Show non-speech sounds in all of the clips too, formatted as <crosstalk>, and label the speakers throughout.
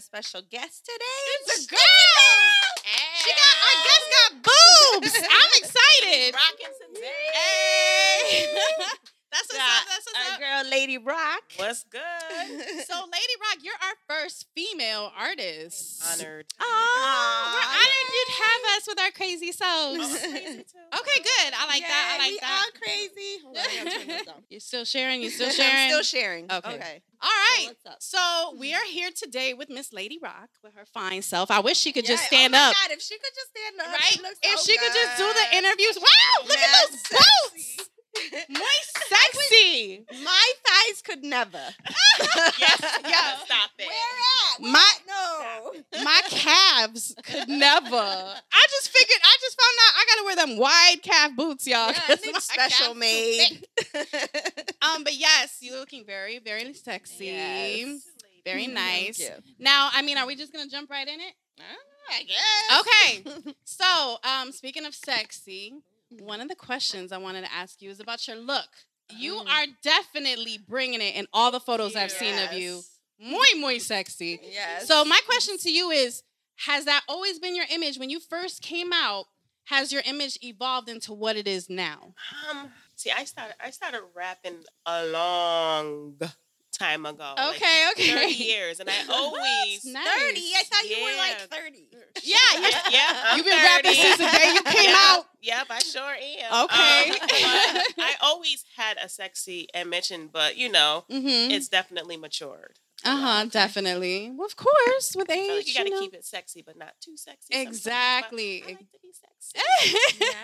Speaker 1: special guest today.
Speaker 2: It's a girl.
Speaker 1: She got our guest got boobs. I'm excited.
Speaker 2: Rocking today.
Speaker 1: Hey. <laughs> that's what's
Speaker 2: Got
Speaker 1: up. That's what's
Speaker 2: our
Speaker 1: up. girl, Lady Rock.
Speaker 2: What's good?
Speaker 1: So,
Speaker 3: <laughs> So, Lady Rock, you're our first female artist.
Speaker 2: Honored.
Speaker 3: Oh, we're
Speaker 1: Aw.
Speaker 3: honored you'd have us with our crazy selves. <laughs>
Speaker 2: Oh,
Speaker 3: okay,
Speaker 2: crazy too.
Speaker 3: good. I like that. I like that.
Speaker 1: crazy. Hold on, I gotta turn this down.
Speaker 3: You're still sharing.
Speaker 1: <laughs>
Speaker 3: You're <laughs> still
Speaker 1: I'm
Speaker 3: sharing.
Speaker 1: still sharing.
Speaker 3: Okay.
Speaker 1: okay. Mm-hmm.
Speaker 3: All right.
Speaker 1: what's up?
Speaker 3: So we are here today with Miss Lady Rock with her fine self. I wish she could just
Speaker 1: Yeah,
Speaker 3: stand
Speaker 1: oh my
Speaker 3: up.
Speaker 1: God, if she could just stand up,
Speaker 3: Right?
Speaker 1: She looks
Speaker 3: If
Speaker 1: so
Speaker 3: she could just do the
Speaker 1: good.
Speaker 3: interviews. Wow, look at those
Speaker 1: Mad
Speaker 3: boobs.
Speaker 1: <laughs> sexy.
Speaker 3: Muy sexy.
Speaker 1: My thighs could never. <laughs>
Speaker 2: Yes.
Speaker 3: <laughs> Yeah.
Speaker 2: Stop it.
Speaker 1: Where at?
Speaker 3: My
Speaker 1: No.
Speaker 3: my calves could never. I just figured. I just found out I gotta wear them wide calf boots, y'all. 'cause my calves
Speaker 1: special
Speaker 3: too thick.
Speaker 1: made.
Speaker 3: Um, but yes, you're looking very, very sexy.
Speaker 1: Yes.
Speaker 3: Very nice.
Speaker 1: Mm-hmm. Thank
Speaker 3: Now, I mean, are we just gonna jump right in it?
Speaker 1: I guess.
Speaker 3: Okay. <laughs> so, um, speaking of sexy, one of the questions I wanted to ask you is about your look. You
Speaker 1: Mm.
Speaker 3: are definitely bringing it in all the photos I've seen of you. Muy, muy sexy.
Speaker 1: Yes.
Speaker 3: So my question to you is: Has that always been your image when you first came out? Has your image evolved into what it is now?
Speaker 2: Um, see, I started. I started rapping a long time ago. Oh, like
Speaker 3: okay, okay. <laughs>
Speaker 2: Thirty years, and I
Speaker 3: What?
Speaker 2: always.
Speaker 3: Nice.
Speaker 1: thirty. I thought you were like
Speaker 2: Yeah.
Speaker 1: thirty.
Speaker 3: Yeah,
Speaker 2: Yeah,
Speaker 3: you're- <laughs>
Speaker 2: yeah, I'm
Speaker 3: you've been
Speaker 2: <laughs>
Speaker 3: rapping
Speaker 2: 30.
Speaker 3: since the day you came
Speaker 2: Yep,
Speaker 3: out.
Speaker 2: Yep, I sure am.
Speaker 3: Okay.
Speaker 2: Um,
Speaker 3: <laughs>
Speaker 2: but I always had a sexy ambition, but you know,
Speaker 3: Mm-hmm.
Speaker 2: it's definitely matured.
Speaker 3: Uh huh. Definitely. Well, of course, with
Speaker 2: I
Speaker 3: age,
Speaker 2: feel like you got to
Speaker 3: Mm, know.
Speaker 2: keep it sexy, but not too sexy. sometimes. But
Speaker 3: Exactly.
Speaker 2: I like to be sexy.
Speaker 3: <laughs>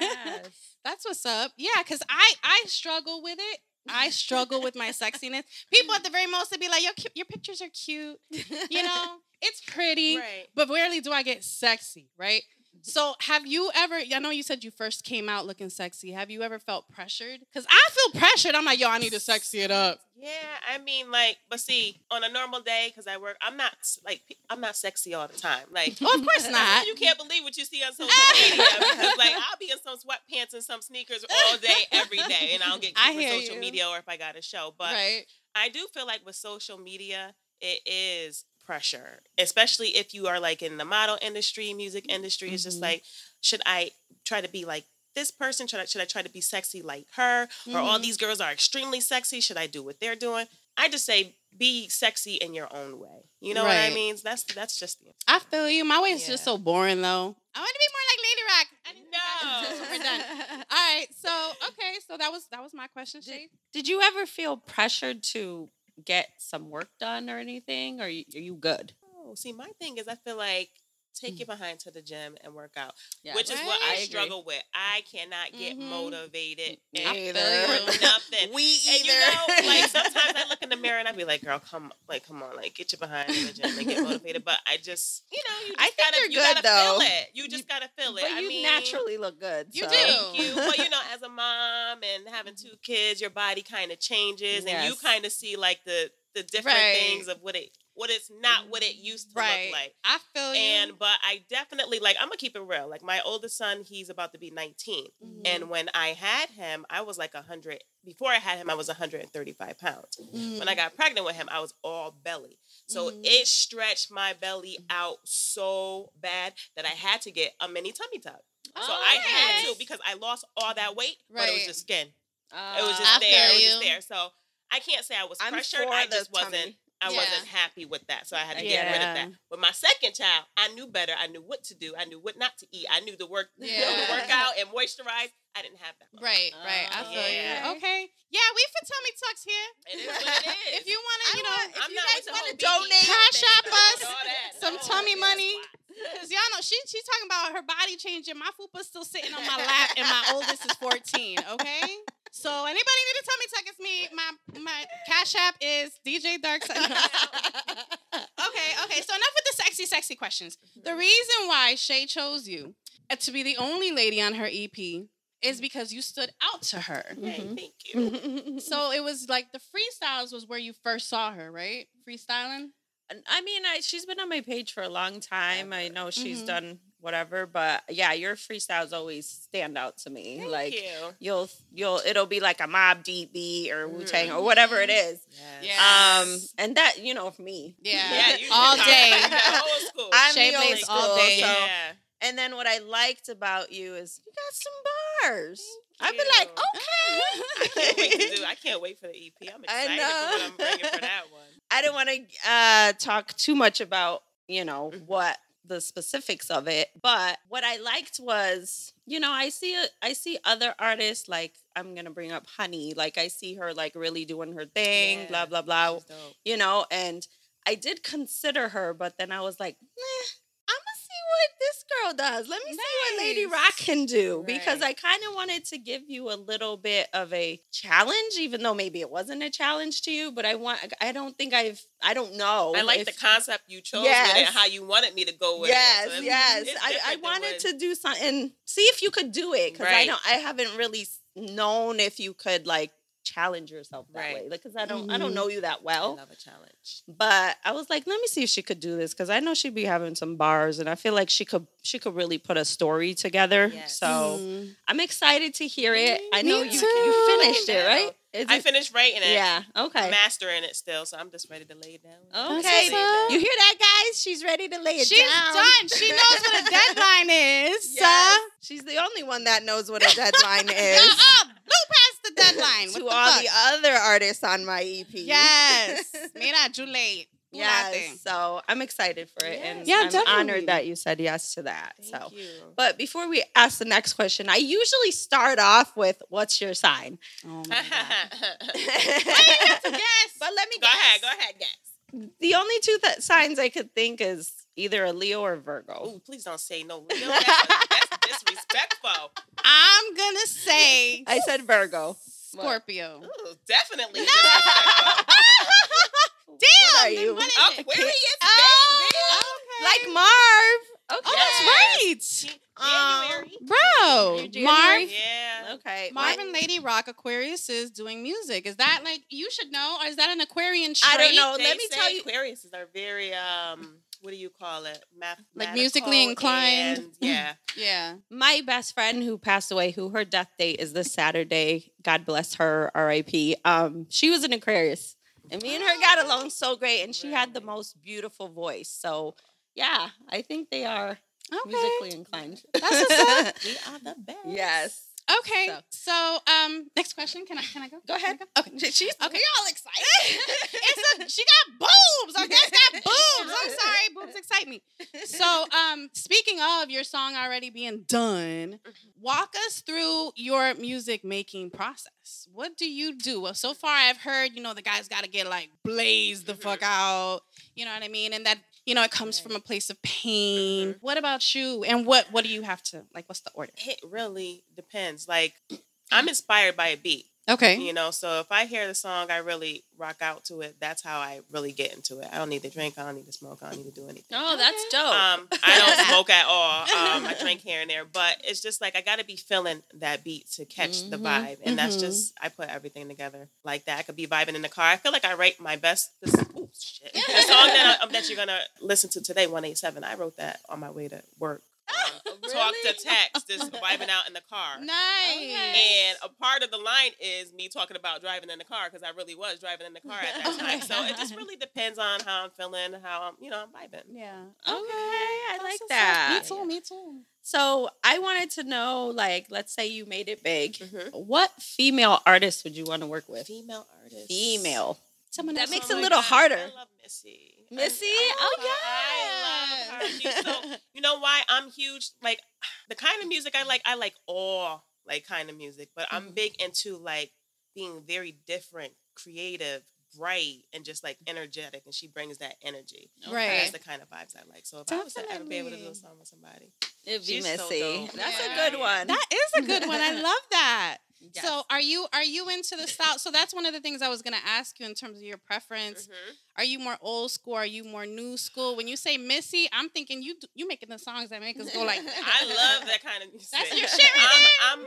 Speaker 3: That's what's up. Yeah, because I I struggle with it. I struggle with my sexiness. People at the very most would be like, "Your cu- your pictures are cute.
Speaker 1: <laughs>
Speaker 3: You know, it's pretty."
Speaker 2: Right.
Speaker 3: but rarely do I get sexy, right?
Speaker 2: Mm-hmm.
Speaker 3: So, have you ever? I know you said you first came out looking sexy. Have you ever felt pressured? Because I feel pressured. I'm like, yo, I need to sexy it up.
Speaker 2: Yeah, I mean, like, but see, on a normal day, because I work, I'm not like, pe- I'm not sexy all the time.
Speaker 3: <laughs>
Speaker 2: <laughs> Like,
Speaker 3: Well, of course not.
Speaker 2: you can't believe what you see on social
Speaker 3: <laughs>
Speaker 2: media because, like, I'll be in some sweatpants and some sneakers all day, every day, and I don't get
Speaker 3: I
Speaker 2: cute for
Speaker 3: hear
Speaker 2: social
Speaker 3: you.
Speaker 2: media or if I got a show. But
Speaker 3: right?
Speaker 2: I do feel like with social media, it is pressure, especially if you are like in the model industry, music industry. It's just
Speaker 3: Mhm.
Speaker 2: like, should I try to be like this person? Should I, should I try to be sexy like her? Or all
Speaker 3: Mhm.
Speaker 2: these girls are extremely sexy. Should I do what they're doing? I just say be sexy in your own way. You know what
Speaker 3: Right.
Speaker 2: I mean? That's that's just the
Speaker 3: I feel you. My way is
Speaker 2: Yeah.
Speaker 3: just so boring, though. I want to be more like Lady Rock. I need to <laughs>
Speaker 2: No.
Speaker 3: be back. we're done.
Speaker 2: <laughs>
Speaker 3: All right. So, okay. So that was that was my question,
Speaker 4: Did-
Speaker 3: Shay.
Speaker 4: Did you ever feel pressured to get some work done or anything? Or you, are you good?
Speaker 2: Oh, see, my thing is, I feel like take your behind to the gym and work out,
Speaker 4: Yeah.
Speaker 2: which is what
Speaker 3: Mm. Right? I
Speaker 2: I,
Speaker 4: agree.
Speaker 2: struggle with. I cannot get
Speaker 3: Mhm.
Speaker 2: motivated
Speaker 4: Me
Speaker 2: and <laughs>
Speaker 3: either.
Speaker 2: for
Speaker 1: <laughs>
Speaker 2: nothing.
Speaker 1: we either.
Speaker 2: And you know,
Speaker 1: <laughs>
Speaker 2: like <laughs> sometimes I look in the mirror and I be like, "Girl, come, like, come on, like, get your behind in the gym and get motivated." But I just, you know, you just
Speaker 1: I think
Speaker 2: gotta,
Speaker 1: you're
Speaker 2: you
Speaker 1: good,
Speaker 2: gotta
Speaker 1: though.
Speaker 2: feel it. You just gotta feel it.
Speaker 1: but
Speaker 2: I
Speaker 1: you
Speaker 2: mean,
Speaker 1: naturally look good.
Speaker 3: You
Speaker 1: so.
Speaker 3: do.
Speaker 4: <laughs>
Speaker 2: Thank you. But you know, as a mom and having
Speaker 1: Mm-hmm.
Speaker 2: two kids, your body kind of changes, and you
Speaker 4: Yes.
Speaker 2: kind of see like the the different
Speaker 3: Right.
Speaker 2: things of what it what it's not what it used to
Speaker 3: Right.
Speaker 2: look like.
Speaker 3: I feel you.
Speaker 2: And but I definitely like I'm gonna keep it real. Like my oldest son, he's about to be 19,
Speaker 1: Mm-hmm.
Speaker 3: Mhm.
Speaker 2: and when I had him, I was like 100. Before I had him, I was 135 pounds.
Speaker 3: Mhm.
Speaker 2: When I got pregnant with him, I was all belly. So
Speaker 3: Mhm.
Speaker 2: it stretched my belly out so bad that I had to get a mini tummy tuck. So
Speaker 4: Oh,
Speaker 2: I had
Speaker 4: okay.
Speaker 2: to because I lost all that weight, but it was
Speaker 3: Right.
Speaker 2: just skin.
Speaker 4: Uh,
Speaker 2: It was
Speaker 3: I
Speaker 2: just there. It was
Speaker 3: feel
Speaker 2: just
Speaker 3: you.
Speaker 2: there. So I can't say I was
Speaker 1: I'm
Speaker 2: pressured.
Speaker 1: for
Speaker 2: I
Speaker 1: the
Speaker 2: just wasn't.
Speaker 1: tummy.
Speaker 2: I
Speaker 3: Yeah.
Speaker 2: wasn't happy with that, so I had to get rid of
Speaker 4: Yeah.
Speaker 2: that. With my second child, I knew better. I knew what to do. I knew what not to eat. I knew to work, <laughs>
Speaker 3: Yeah.
Speaker 2: work out and moisturize. I didn't have that.
Speaker 3: Right, right. I
Speaker 4: Oh,
Speaker 3: feel
Speaker 2: yeah.
Speaker 3: you. Okay. Yeah, we for tummy tucks here.
Speaker 2: It is what it
Speaker 3: <laughs>
Speaker 2: is.
Speaker 3: If you want to, you know,
Speaker 2: I'm
Speaker 1: you
Speaker 2: not
Speaker 1: guys
Speaker 2: with the
Speaker 1: wanna
Speaker 2: whole bikini
Speaker 1: donate,
Speaker 2: thing.
Speaker 3: Cash App
Speaker 2: I'm not with
Speaker 3: us
Speaker 2: all that.
Speaker 3: some
Speaker 2: No.
Speaker 3: tummy
Speaker 2: Yes,
Speaker 3: money.
Speaker 2: why?
Speaker 3: Cause y'all know she she's talking about her body changing. My fupa's still sitting on my lap, and my oldest is 14. Okay. So anybody need a tummy tuck? It's me. My my cash app is DJ Dark. Side. <laughs> okay, okay. So enough with the sexy, sexy questions. The reason why Shay chose you uh, to be the only lady on her EP is because you stood out to her.
Speaker 2: Hey,
Speaker 4: Mhm.
Speaker 2: thank
Speaker 1: <laughs>
Speaker 2: you.
Speaker 3: So it was like the freestyles was where you first saw her, right? Freestyling.
Speaker 4: I mean, I she's been on my page for a long time. I know she's
Speaker 1: Mm-hmm.
Speaker 3: Mhm.
Speaker 4: done whatever, but yeah, your freestyles always stand out to me.
Speaker 2: Thank
Speaker 4: like
Speaker 2: you.
Speaker 4: will you'll it'll be like a mob deep beat or Wu Tang
Speaker 2: Mm-hmm.
Speaker 4: or whatever it is.
Speaker 3: Yeah.
Speaker 4: Um,
Speaker 3: Yes.
Speaker 4: and that you know for me, <laughs>
Speaker 3: Yeah.
Speaker 2: Yeah, you
Speaker 3: All
Speaker 2: you- <laughs>
Speaker 3: day.
Speaker 2: Old school.
Speaker 4: I'm
Speaker 3: Shea
Speaker 4: the old
Speaker 3: Blaze
Speaker 4: school,
Speaker 3: all day.
Speaker 4: so-
Speaker 2: yeah.
Speaker 4: and then what I liked about you is you got some bars. I'd be like,
Speaker 2: you. <laughs> I can't wait
Speaker 4: okay.
Speaker 2: to do. I can't wait for the EP. I'm
Speaker 4: I
Speaker 2: excited
Speaker 4: know.
Speaker 2: for what I'm bringing for that one.
Speaker 4: <laughs> I didn't want to uh, talk too much about, you know,
Speaker 2: Mhm.
Speaker 4: what the specifics of it, but what I liked was, you know, I see a, I see other artists like I'm gonna bring up Honey, like I see her like really doing her thing,
Speaker 2: Yeah.
Speaker 4: blah blah blah,
Speaker 2: She's dope.
Speaker 4: you know, and I did consider her, but then I was like, eh, I'm gonna see what this girl does. Let me see what Lady
Speaker 3: Nice.
Speaker 4: Rock can do because
Speaker 2: Right.
Speaker 4: I kind of wanted to give you a little bit of a challenge, even though maybe it wasn't a challenge to you. But I want, I don't think I've, I don't know.
Speaker 2: I like the
Speaker 4: if-
Speaker 2: concept you chose with it
Speaker 4: Yes.
Speaker 2: and how you wanted me to go with
Speaker 4: Yes,
Speaker 2: it. <laughs> So it's-
Speaker 4: yes.
Speaker 2: it's
Speaker 4: I,
Speaker 2: different
Speaker 4: I
Speaker 2: than
Speaker 4: wanted
Speaker 2: what-
Speaker 4: to do something. See if you could do it because I
Speaker 2: Right.
Speaker 4: don't. I haven't really s- known if you could like challenge yourself that
Speaker 2: Right. Mm-hmm.
Speaker 4: way because I don't. I don't
Speaker 3: Mhm.
Speaker 4: know you that
Speaker 2: I
Speaker 4: well.
Speaker 2: love a challenge.
Speaker 4: but I was like, let me see if she could do this because I know she'd be having some bars, and I feel like she could she could really put a story together.
Speaker 2: Yes.
Speaker 4: So I'm excited to hear it. I
Speaker 3: Mm, Me
Speaker 4: know you
Speaker 3: too.
Speaker 4: you finished it, right? Is
Speaker 2: I
Speaker 4: it-
Speaker 2: finished writing it.
Speaker 4: yeah. Okay.
Speaker 2: Mastering it still, so I'm just ready to lay it down.
Speaker 4: Okay,
Speaker 2: Lay it
Speaker 3: so-
Speaker 2: down.
Speaker 4: You hear that, guys? She's ready to lay it
Speaker 3: She's
Speaker 4: down.
Speaker 3: done. She knows what a
Speaker 4: <laughs>
Speaker 3: deadline is.
Speaker 4: Yes.
Speaker 3: Uh,
Speaker 4: She's the only one that knows what
Speaker 3: <laughs>
Speaker 4: a deadline is.
Speaker 3: uh, blew past the
Speaker 4: <laughs>
Speaker 3: deadline.
Speaker 4: to
Speaker 3: What the
Speaker 4: all
Speaker 3: fuck?
Speaker 4: the other artists on my E EP. <laughs>
Speaker 3: Yes. Mira, you late. You
Speaker 4: Yes.
Speaker 3: laughing.
Speaker 4: So I'm excited for it, and
Speaker 3: Yeah,
Speaker 4: I'm
Speaker 3: definitely.
Speaker 4: honored that you said yes to that.
Speaker 2: Thank
Speaker 4: so.
Speaker 2: you.
Speaker 4: But before we ask the next question, I usually start off with what's your
Speaker 2: <laughs>
Speaker 4: sign?
Speaker 3: Oh
Speaker 2: go
Speaker 3: my <laughs> God.
Speaker 2: ahead,
Speaker 4: but
Speaker 3: yes.
Speaker 4: let me
Speaker 2: <laughs> go ahead, guys.
Speaker 4: The only two that signs I could think is either a Leo or Virgo.
Speaker 2: Oh, please don't say no. Leo. That's, that's disrespectful.
Speaker 3: I'm going to say
Speaker 4: <laughs> I said Virgo.
Speaker 3: Scorpio.
Speaker 2: Ooh,
Speaker 3: <laughs>
Speaker 2: definitely disrespectful.
Speaker 3: Damn.
Speaker 4: are
Speaker 3: then
Speaker 4: you?
Speaker 3: what is
Speaker 2: I'm
Speaker 3: it?
Speaker 2: wary as
Speaker 3: Oh,
Speaker 2: bang,
Speaker 3: okay.
Speaker 4: Like Marv. Okay.
Speaker 3: Oh, that's right. um,
Speaker 2: bitch. January.
Speaker 3: Bro,
Speaker 4: You're
Speaker 3: Marv,
Speaker 4: January?
Speaker 2: Yeah.
Speaker 4: Okay.
Speaker 3: Marv and Lady Rock Aquarius is doing music. Is that like you should know, or is that an Aquarian trait?
Speaker 4: I don't know.
Speaker 2: They
Speaker 4: Let me
Speaker 2: say
Speaker 4: tell you.
Speaker 2: Aquarius are very um. What do you call it? Math.
Speaker 3: Like musically inclined.
Speaker 4: <laughs>
Speaker 2: yeah.
Speaker 3: Yeah.
Speaker 4: My best friend who passed away, who her death date is this Saturday. God bless her. R.I.P. Um, she was an Aquarius, and me and her
Speaker 3: Oh.
Speaker 4: got along so great, and she had the
Speaker 2: Really?
Speaker 4: most beautiful voice. So, yeah, I think they are
Speaker 3: Okay.
Speaker 4: musically inclined.
Speaker 3: That's what's
Speaker 2: We are the best.
Speaker 4: <laughs> yes.
Speaker 3: Okay.
Speaker 4: So-
Speaker 3: So, um, next question. Can I? Can I go?
Speaker 4: Go ahead.
Speaker 3: Can I go? Okay.
Speaker 4: She's
Speaker 3: Okay. We all excited. <laughs> it's a, she got boobs. Our guest <laughs> got boobs. I'm sorry, boobs excite me. So, um, speaking of your song already being done, walk us through your music making process. What do you do? Well, so far I've heard, you know, the guy's got to get like blazed the fuck out. You know what I mean? And that, you know, it comes from a place of pain. What about you? And what what do you have to like? What's the order?
Speaker 2: It really depends. Like, I'm inspired by a beat.
Speaker 3: Okay.
Speaker 2: You know, so if I hear the song, I really rock out to it. That's how I really get into it. I don't need to drink. I don't need to smoke. I don't need to do anything.
Speaker 4: Oh, that's dope.
Speaker 2: Um, I don't smoke at all. Um, I drink here and there, but it's just like I got to be feeling that beat to catch the
Speaker 4: Mhm.
Speaker 2: vibe, and that's
Speaker 3: Mhm.
Speaker 2: just I put everything together like that. I could be vibing in the car. I feel like I write my best. This, ooh, shit. the song that, I, um, that you're gonna listen to today, one eight seven. I wrote that on my way to work. Um, <laughs> Talk to text, just vibing out in the car.
Speaker 3: Nice.
Speaker 4: Okay.
Speaker 2: And a part of the line is me talking about driving in the car because I really was driving in the car at that time. So it just really depends on how I'm feeling, how I'm, you know, I'm vibing.
Speaker 3: Yeah.
Speaker 4: Okay, I
Speaker 3: That's
Speaker 4: like
Speaker 3: what's up.
Speaker 4: that.
Speaker 3: Me too. Me too.
Speaker 4: So I wanted to know, like, let's say you made it big.
Speaker 3: Mm-hmm.
Speaker 2: Mhm.
Speaker 4: What female artist would you want to work with?
Speaker 2: Female artists. Oh
Speaker 4: Female.
Speaker 3: Someone
Speaker 4: That
Speaker 3: else
Speaker 4: makes
Speaker 3: on
Speaker 4: it a
Speaker 3: my
Speaker 4: little
Speaker 2: God,
Speaker 4: harder.
Speaker 2: I love
Speaker 3: <laughs>
Speaker 2: Missy. I-
Speaker 4: Missy?
Speaker 2: I love
Speaker 4: Oh,
Speaker 2: her. I love her. She's so you know why I'm huge? Like <sighs> the kind of music I like, I like all like kind of music, but
Speaker 3: Mm-hmm.
Speaker 2: I'm big into like being very different, creative, bright, and just like energetic. And she brings that energy. And
Speaker 3: Right.
Speaker 2: That's the kind of vibes I like. So if I was to ever be able to do a
Speaker 3: Definitely.
Speaker 2: song with somebody,
Speaker 4: <laughs> It'd be
Speaker 2: She's so
Speaker 4: messy.
Speaker 2: dope.
Speaker 4: That's
Speaker 3: Yeah.
Speaker 4: a good one.
Speaker 3: That
Speaker 4: <laughs>
Speaker 3: is a good one. <laughs> I love that.
Speaker 4: Yes.
Speaker 3: So are you are you into the style? So that's one of the things I was gonna ask you in terms of your preference.
Speaker 4: Mm-hmm.
Speaker 3: Are you more old school? Are you more new school? When you say Missy, I'm thinking you do- you making the songs that make us go
Speaker 4: <laughs>
Speaker 3: like that.
Speaker 2: I love that kind of music.
Speaker 3: <laughs> That's your shit right
Speaker 2: I'm, I'm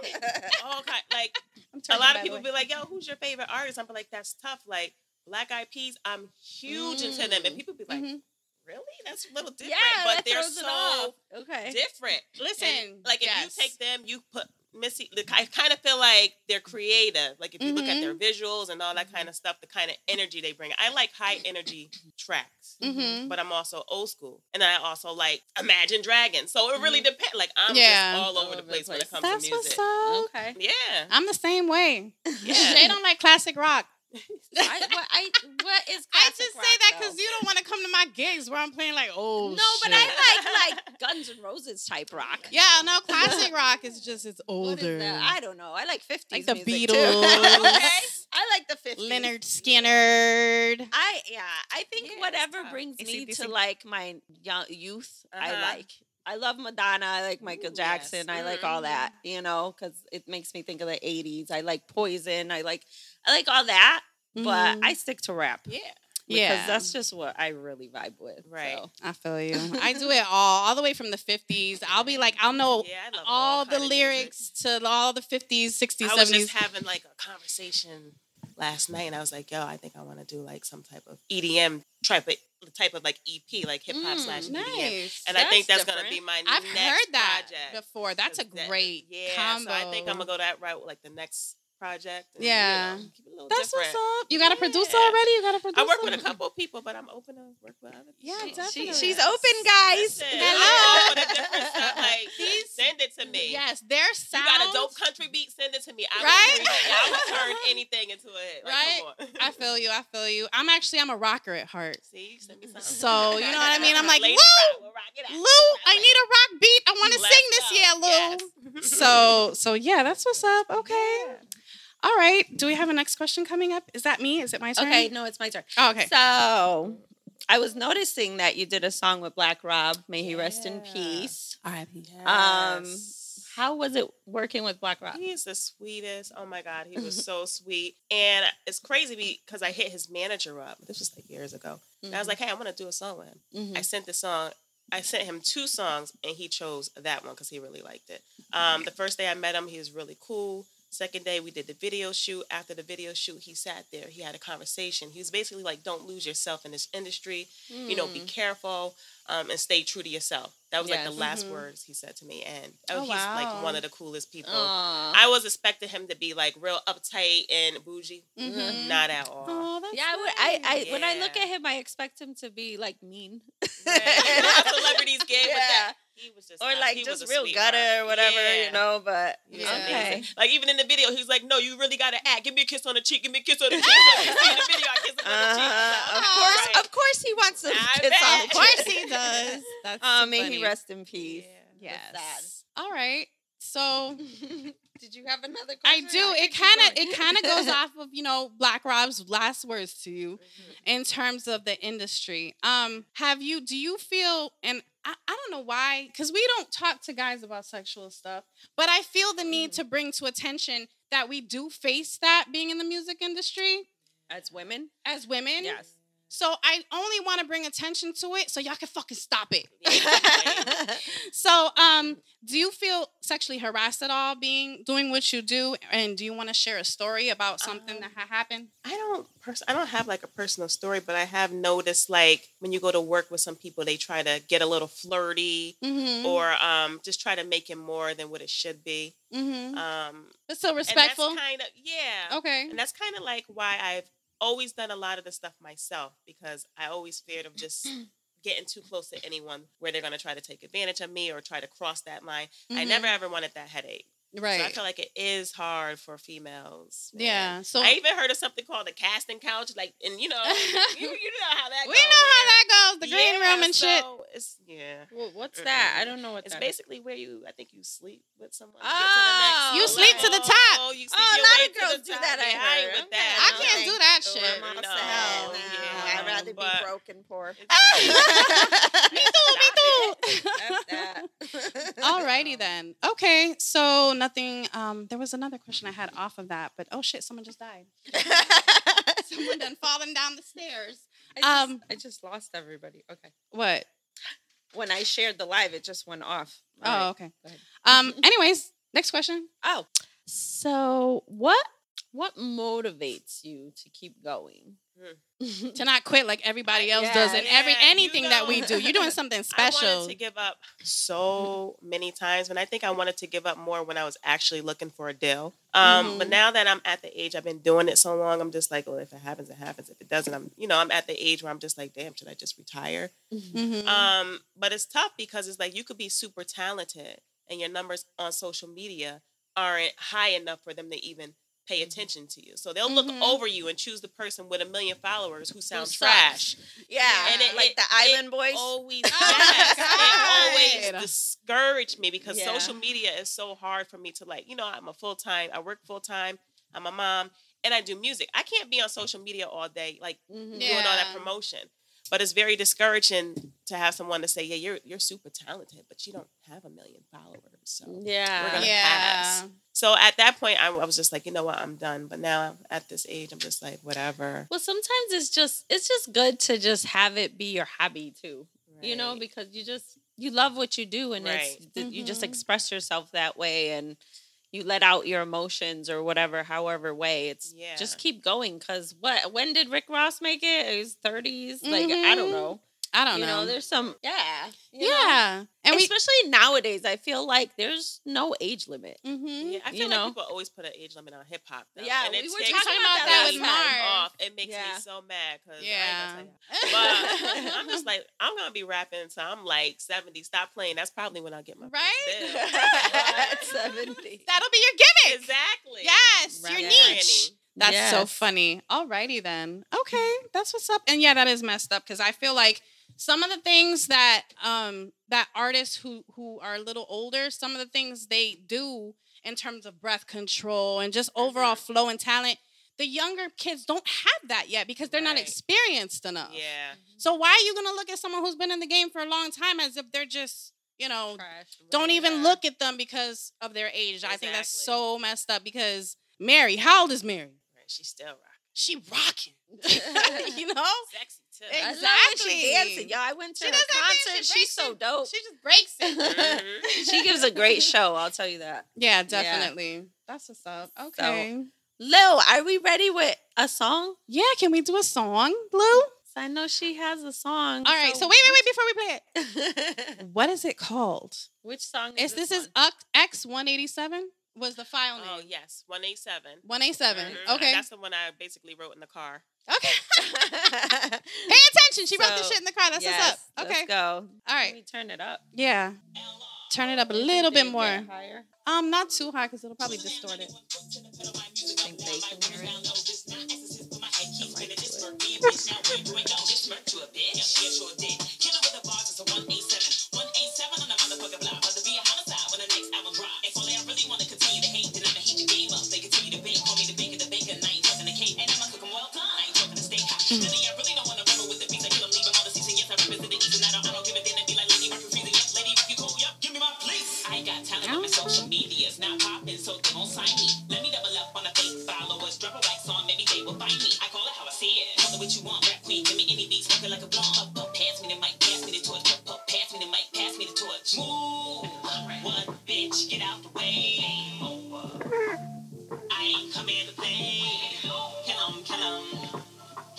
Speaker 2: all kind like
Speaker 3: I'm
Speaker 2: a
Speaker 3: turning,
Speaker 2: lot of
Speaker 3: by the
Speaker 2: people
Speaker 3: way.
Speaker 2: be like, "Yo, who's your favorite artist?" I'm like, "That's tough." Like Black Eyed Peas, I'm huge into them, and
Speaker 4: Mm.
Speaker 2: people be like,
Speaker 4: Mhm.
Speaker 2: "Really? That's a little different."
Speaker 4: yeah,
Speaker 2: but
Speaker 4: that
Speaker 2: they're
Speaker 4: throws it
Speaker 2: so
Speaker 4: off. Okay.
Speaker 2: different.
Speaker 3: Listen,
Speaker 2: And, like
Speaker 3: yes.
Speaker 2: if you take them, you put Missy. the- I kind of feel like they're creative. Like if you look at their visuals and all that kind of stuff, the kind of energy they bring. I like high energy tracks,
Speaker 4: Mm-hmm.
Speaker 3: Mhm.
Speaker 2: but I'm also old school, and I also like Imagine Dragons. So it really depends. Like I'm
Speaker 3: Yeah.
Speaker 2: just all over the place when it comes
Speaker 3: That's
Speaker 2: to music.
Speaker 3: what's up.
Speaker 2: <laughs>
Speaker 4: Okay.
Speaker 2: Yeah,
Speaker 3: I'm the same way. <laughs> They
Speaker 4: <laughs>
Speaker 2: yeah.
Speaker 3: don't like classic rock.
Speaker 4: I, what, I, what is
Speaker 3: I just
Speaker 4: classic
Speaker 3: say
Speaker 4: rock,
Speaker 3: that
Speaker 4: though?
Speaker 3: because you don't want to come to my gigs where I'm playing like oh
Speaker 4: No, but
Speaker 3: shit. <laughs>
Speaker 4: I like like Guns N' Roses type rock.
Speaker 3: yeah no classic rock is just it's
Speaker 4: What is
Speaker 3: older
Speaker 4: that? I don't know. I like 50s
Speaker 3: like the
Speaker 4: music,
Speaker 3: Beatles
Speaker 4: too. <laughs> okay. <laughs> I like the 50s.
Speaker 3: Leonard Skinner
Speaker 4: I yeah, I think
Speaker 2: Yeah,
Speaker 4: whatever
Speaker 2: stop.
Speaker 4: brings me
Speaker 3: AC/DC.
Speaker 4: to like my young youth, I
Speaker 2: Uh-huh.
Speaker 4: like. I love Madonna. I like Michael
Speaker 2: Ooh,
Speaker 4: Jackson.
Speaker 2: yes.
Speaker 4: I like all
Speaker 2: Mhm.
Speaker 4: that, you know, because it makes me think of the '80s. I like Poison. I like, I like all that. But
Speaker 3: Mhm.
Speaker 4: I stick to rap because
Speaker 2: Mm-hmm. yeah.
Speaker 3: yeah
Speaker 4: that's just what I really vibe with.
Speaker 2: Right.
Speaker 4: so.
Speaker 3: I feel
Speaker 2: <laughs>
Speaker 3: you I do it all all the way from the 50s I'll be like I'll know
Speaker 2: Yeah, I love
Speaker 3: Oh, all, the
Speaker 2: kind of music.
Speaker 3: lyrics to all the 50s 60s
Speaker 2: I was
Speaker 3: 70s
Speaker 2: just having like a conversation last night, and I was like, "Yo, I think I want to do like some type of EDM type of type of like EP, like hip hop
Speaker 4: Mm,
Speaker 2: slash EDM."
Speaker 3: nice
Speaker 2: And I think that's gonna be
Speaker 4: different.
Speaker 2: my
Speaker 3: I've
Speaker 2: next
Speaker 3: heard that
Speaker 2: project.
Speaker 3: before that's a
Speaker 2: 'Cause that-
Speaker 3: great
Speaker 2: yeah,
Speaker 3: combo
Speaker 2: So I think I'm gonna go that route with like the next project. and, you
Speaker 3: Yeah.
Speaker 2: know, keep it a little
Speaker 3: that's
Speaker 2: different.
Speaker 3: what's up you got a producer
Speaker 2: Yeah.
Speaker 3: already you got a producer
Speaker 2: I work with a couple of people, but I'm open to work with other people.
Speaker 3: Yeah,
Speaker 2: So,
Speaker 3: definitely.
Speaker 4: she-
Speaker 1: She's open, guys.
Speaker 2: listen, I'm
Speaker 3: Hello.
Speaker 2: open to different stuff. Like,
Speaker 3: These-
Speaker 2: send it to me.
Speaker 3: Yes, their sound.
Speaker 2: You got a dope country beat? Send it to me. I
Speaker 3: Right?
Speaker 2: will, agree. I will
Speaker 3: <laughs>
Speaker 2: turn anything into a hit. Like, Come on.
Speaker 3: I feel you. I feel you. I'm actually I'm a rocker at heart.
Speaker 2: <laughs> See, you send me something.
Speaker 3: So, you know
Speaker 2: <laughs>
Speaker 3: what I mean? I'm like,
Speaker 2: Lady
Speaker 3: Lou!
Speaker 2: Rock, we'll rock it out.
Speaker 3: Lou, I need a rock beat. I want to
Speaker 2: Let's
Speaker 3: sing this,
Speaker 2: go.
Speaker 3: yeah, Lou.
Speaker 2: Yes.
Speaker 3: So, so yeah, that's what's up. Okay. All right. Do we have a next question coming up? Is that me? Is it my turn?
Speaker 4: Okay, no, it's my turn.
Speaker 3: Oh, okay.
Speaker 4: So I was noticing that you did a song with Black Rob. May he rest in
Speaker 2: Yeah.
Speaker 4: peace.
Speaker 3: All right.
Speaker 4: <laughs> Um,
Speaker 2: Yes.
Speaker 4: How was it working with Black Rob?
Speaker 2: He's the sweetest. Oh my God, he was so sweet. And it's crazy because I hit his manager up. This was like years ago. And I
Speaker 3: Mm-hmm.
Speaker 2: was like, hey, I want to do a song with him.
Speaker 4: Mhm.
Speaker 2: I sent the song. I sent him two songs, and he chose that one because he really liked it. Um, the first day I met him, he was really cool. Second day, we did the video shoot. After the video shoot, he sat there. He had a conversation. He was basically like, "Don't lose yourself in this industry. You
Speaker 4: Mm-hmm.
Speaker 2: know, be careful um, and stay true to yourself." That was like
Speaker 4: Hmm. Yes. mm-hmm.
Speaker 2: the last
Speaker 3: Mhm.
Speaker 2: words he said to me, and
Speaker 4: Oh,
Speaker 2: oh, he's
Speaker 4: wow.
Speaker 2: like one of the coolest people.
Speaker 4: Aw.
Speaker 2: I was expecting him to be like real uptight and bougie.
Speaker 4: Mm-hmm.
Speaker 3: Mhm.
Speaker 2: Not at <laughs> all.
Speaker 3: Oh, that's
Speaker 4: yeah, I would. I, I
Speaker 2: nice.
Speaker 4: when I look
Speaker 2: Yeah.
Speaker 4: at him, I expect him to be like mean, <laughs>
Speaker 2: Right? You know how celebrities get with that. He was just
Speaker 4: or
Speaker 2: nice.
Speaker 4: like
Speaker 2: He was
Speaker 4: just
Speaker 2: a
Speaker 4: real
Speaker 2: sweetheart.
Speaker 4: gutter or whatever,
Speaker 2: Yeah.
Speaker 4: you know. But
Speaker 2: Yeah.
Speaker 4: okay,
Speaker 2: Like even in the video, he's like, "No, you really gotta act. Give me a kiss on the cheek. Give me a kiss on the cheek." Like, you see <laughs> in the video, I kiss him on the cheek.
Speaker 4: Uh-huh.
Speaker 2: I'm
Speaker 4: of
Speaker 2: like, "Oh,
Speaker 4: course,
Speaker 2: "Alright."
Speaker 4: of course, he wants to
Speaker 2: I
Speaker 4: kiss
Speaker 2: bet.
Speaker 4: off.
Speaker 3: Of course
Speaker 4: <laughs>
Speaker 3: he does. That's
Speaker 4: Uh,
Speaker 3: too
Speaker 4: may
Speaker 3: funny.
Speaker 4: he rest in peace.
Speaker 2: Yeah.
Speaker 4: That's sad.
Speaker 3: All right. So <laughs>
Speaker 4: Did you have another? Question?
Speaker 3: I do. It kind of it kind of goes off of you know Black Rob's last words to you in terms of the industry. Um, have you? Do you feel? And I, I don't know why, because we don't talk to guys about sexual stuff, but I feel the need to bring to attention that we do face that being in the music industry
Speaker 4: as women.
Speaker 3: as women.
Speaker 4: Yes.
Speaker 3: So I only want to bring attention to it, so y'all can fucking stop it.
Speaker 2: Yeah.
Speaker 3: So, um, do you feel sexually harassed at all being doing what you do? And do you want to share a story about something that ha- happened?
Speaker 2: <laughs> I don't. Pers- I don't have like a personal story, but I have noticed like when you go to work with some people, they try to get a little flirty
Speaker 3: Mm-hmm.
Speaker 2: or um, just try to make it more than what it should be.
Speaker 3: mm-hmm.
Speaker 2: Um,
Speaker 3: But still respectful.
Speaker 2: And that's kind of yeah.
Speaker 3: okay.
Speaker 2: And that's kind of like why I've always done a lot of the stuff myself because I always feared
Speaker 3: <clears throat>
Speaker 2: of just getting too close to anyone where they're going to try to take advantage of me or try to cross that line. I
Speaker 3: Mhm.
Speaker 2: never ever wanted that headache.
Speaker 3: Right.
Speaker 2: So I feel like it is hard for females. man.
Speaker 3: yeah. So
Speaker 2: I even heard of something called the casting couch, like,
Speaker 3: <laughs>
Speaker 2: and you know, you, you know how that.
Speaker 3: we know how
Speaker 2: go, where-
Speaker 3: that goes. The green
Speaker 2: Yeah,
Speaker 3: room and shit.
Speaker 2: so It's yeah.
Speaker 4: Well, what's
Speaker 2: Mm-mm.
Speaker 4: that? I don't know what
Speaker 2: It's
Speaker 4: that is.
Speaker 2: basically where you, I think you sleep with someone. to get to the next
Speaker 4: Oh,
Speaker 3: You sleep to the
Speaker 2: level.
Speaker 3: top.
Speaker 2: You sleep
Speaker 4: Oh, a
Speaker 2: your
Speaker 4: lot
Speaker 2: way
Speaker 4: of
Speaker 2: to
Speaker 4: girls
Speaker 2: the
Speaker 4: do
Speaker 2: top.
Speaker 4: that, I
Speaker 2: Yeah, I ain't
Speaker 4: heard.
Speaker 2: with
Speaker 4: Okay.
Speaker 2: that.
Speaker 3: I
Speaker 4: No,
Speaker 3: can't
Speaker 4: thank
Speaker 3: do that
Speaker 2: you.
Speaker 3: shit. <laughs>
Speaker 2: No,
Speaker 4: I'm
Speaker 2: no,
Speaker 4: upset.
Speaker 2: yeah,
Speaker 4: I'd rather
Speaker 2: but-
Speaker 4: be broke and <laughs> poor.
Speaker 3: Me too. Me too.
Speaker 4: F that.
Speaker 2: <laughs> Um,
Speaker 3: Alrighty then. Okay. So nothing. Um, there was another question I had off of that, but oh shit, someone just died. Someone
Speaker 4: <laughs>
Speaker 3: done fallen down the stairs.
Speaker 4: I just,
Speaker 3: Um,
Speaker 4: I just lost everybody. Okay.
Speaker 3: What?
Speaker 4: When I shared the live, it just went off. All
Speaker 3: Oh,
Speaker 4: right.
Speaker 3: okay.
Speaker 4: go ahead.
Speaker 3: Um. Anyways, next question.
Speaker 4: Oh.
Speaker 3: So, what
Speaker 4: What motivates you to keep going? <laughs>
Speaker 3: to not quit like everybody else
Speaker 4: Yeah,
Speaker 3: does and every
Speaker 2: yeah, you
Speaker 3: anything that we
Speaker 2: know.
Speaker 3: do. You're doing something special.
Speaker 2: <laughs> I wanted to give up so many times, and I think I wanted to give up more when I was actually looking for a deal. Um,
Speaker 3: Mhm.
Speaker 2: But now that I'm at the age I've been doing it so long, I'm just like, well, if it happens, it happens. If it doesn't, I'm, you know, I'm at the age where I'm just like, damn, should I just retire?
Speaker 3: Mhm.
Speaker 2: Um, but it's tough because it's like you could be super talented, and your numbers on social media aren't high enough for them to even pay attention to you. So they'll look
Speaker 3: Mhm.
Speaker 2: over you and choose the person with a million followers who sounds
Speaker 4: sucks.
Speaker 2: trash.
Speaker 4: Yeah,
Speaker 2: And it-
Speaker 4: like
Speaker 2: it-
Speaker 4: the Island Boys.
Speaker 2: always
Speaker 3: Oh,
Speaker 2: yes, it
Speaker 3: God.
Speaker 2: always discouraged me because
Speaker 4: Yeah.
Speaker 2: social media is so hard for me to like you know i'm a full-time i work full-time i'm a mom and i do music i can't be on social media all day like
Speaker 4: Mhm.
Speaker 3: Yeah.
Speaker 2: doing all that promotion but it's very discouraging to have someone to say yeah you're you're super talented but you don't have a million followers
Speaker 4: Mm.
Speaker 2: so We're
Speaker 4: Mm-hmm. Yeah.
Speaker 2: gonna
Speaker 3: yeah.
Speaker 2: pass. so at that point I, I was just like you know what i'm done but now at this age i'm just like whatever
Speaker 4: Well, sometimes it's just it's just good to just have it be your hobby too. You know,
Speaker 2: Right.
Speaker 4: because you just you love what you do and it's
Speaker 2: Right.
Speaker 4: th- you just
Speaker 3: Mhm.
Speaker 4: express yourself that way and you let out your emotions or whatever however way. It's
Speaker 2: yeah
Speaker 4: just keep going cuz what when did Rick Ross make it? His 30s? Like I don't
Speaker 3: Mhm.
Speaker 4: know.
Speaker 3: I don't
Speaker 4: you know.
Speaker 3: know.
Speaker 4: there's some yeah. you know?
Speaker 3: yeah. And we
Speaker 4: Especially nowadays, I feel like there's no age <laughs> limit.
Speaker 3: Mhm.
Speaker 2: Yeah, I feel
Speaker 4: you
Speaker 2: like
Speaker 4: know?
Speaker 2: people always put an age limit on hip hop. though,
Speaker 4: Yeah,
Speaker 2: and
Speaker 4: we
Speaker 2: it
Speaker 4: were
Speaker 2: takes
Speaker 4: talking
Speaker 2: me
Speaker 4: about
Speaker 3: that
Speaker 2: so
Speaker 3: with Marv.
Speaker 2: Off. It makes
Speaker 4: Yeah.
Speaker 2: me so mad because
Speaker 3: Yeah.
Speaker 2: But <laughs> I'm just like, I'm gonna be rapping until I'm like 70. Stop playing. That's probably when I get my first
Speaker 3: Right?
Speaker 2: bill.
Speaker 4: At <laughs> 70.
Speaker 3: <laughs> That'll be your gimmick.
Speaker 2: <laughs> exactly.
Speaker 3: Yes,
Speaker 4: Right.
Speaker 3: your
Speaker 4: Yeah.
Speaker 3: niche. That's so
Speaker 4: Yes.
Speaker 3: funny. Alrighty then. Okay,
Speaker 2: Mm-hmm.
Speaker 3: that's what's up. And yeah, that is messed up because I feel like some of the things that um that artists who who are a little older, some of the things they do in terms of breath control and just overall
Speaker 2: Mm-hmm.
Speaker 3: flow and talent, the younger kids don't have that yet because they're not
Speaker 2: Right.
Speaker 3: experienced enough.
Speaker 2: Yeah.
Speaker 3: So why are you gonna look at someone who's been in the game for a long time as if they're just you know don't even
Speaker 4: Yeah. <laughs>
Speaker 3: look at them because of their age. I think that's
Speaker 2: Exactly.
Speaker 3: so messed up because Mary, how old is Mary?
Speaker 2: Right. She's still rocking.
Speaker 3: She rocking. <laughs> you know?
Speaker 2: Sexy too.
Speaker 3: Ex-
Speaker 4: I love when
Speaker 3: Exactly.
Speaker 4: she dancing, y'all. I went to
Speaker 3: She
Speaker 4: her
Speaker 3: does that thing, she breaks
Speaker 4: concert. She's so
Speaker 3: it.
Speaker 4: <laughs> dope.
Speaker 3: She just breaks <laughs> it.
Speaker 2: Mhm.
Speaker 4: She gives a great show. I'll tell you that.
Speaker 3: Yeah, definitely. That's what's up. Okay.
Speaker 4: Lil, are we ready with a song?
Speaker 3: Yeah, can we do a song, Blue? All
Speaker 4: 'Cause I know she has a song.
Speaker 3: right. So, wait, wait, wait before we play it.
Speaker 4: <laughs> wait.
Speaker 3: What is it called?
Speaker 4: Which song?
Speaker 3: Is
Speaker 4: Is
Speaker 3: this
Speaker 4: one?
Speaker 3: is
Speaker 4: <laughs>
Speaker 3: Ux- X187 was the file name.
Speaker 2: Oh yes, 187.
Speaker 3: 187.
Speaker 2: Mhm.
Speaker 3: Okay.
Speaker 2: That's the one I basically wrote in the car.
Speaker 3: <laughs> Okay. Pay attention. She wrote this
Speaker 4: So,
Speaker 3: shit in the car. That's
Speaker 4: Yes,
Speaker 3: what's up. Okay.
Speaker 4: Let's go.
Speaker 3: All
Speaker 4: Let
Speaker 3: right.
Speaker 4: me turn it up
Speaker 3: Yeah. Turn it up a
Speaker 4: You
Speaker 3: little
Speaker 4: think
Speaker 3: bit
Speaker 4: they
Speaker 3: more.
Speaker 4: get Higher.
Speaker 3: Um, not too high because it'll probably distort it.
Speaker 4: I think they can hear it.
Speaker 5: Social media's not popping, so they won't sign me. Let me double up on the fake followers. Drop a wax on, maybe they will find me. I call it how I see it. Call it what you want, rap queen. Give me any beats, smoking like a blunt. Puff, puff, pass me the mic, pass me the torch. Puff, puff, pass me the mic, pass me the torch. Move, one bitch, get out the way. Game over. I ain't come here to play. Kill 'em, kill 'em.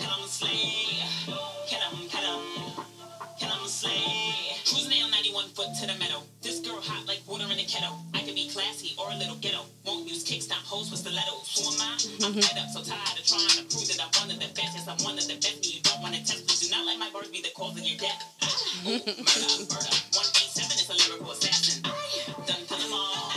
Speaker 5: Kill 'em, slay. Kill 'em, kill 'em. Can I slay? Cruising down 91 foot to the meadow. This girl hot like water in a kettle. I could be classy or a little ghetto. Won't use kick stop hoes with stilettos. Who am I? I'm fed up, so tired of trying to prove that I'm one of the best. Yes, I'm one of the best. but You don't want to test me. Do not let my words be the cause of your death. Ah, ooh, murder, murder. 187 is a lyrical assassin. I done done 'em all.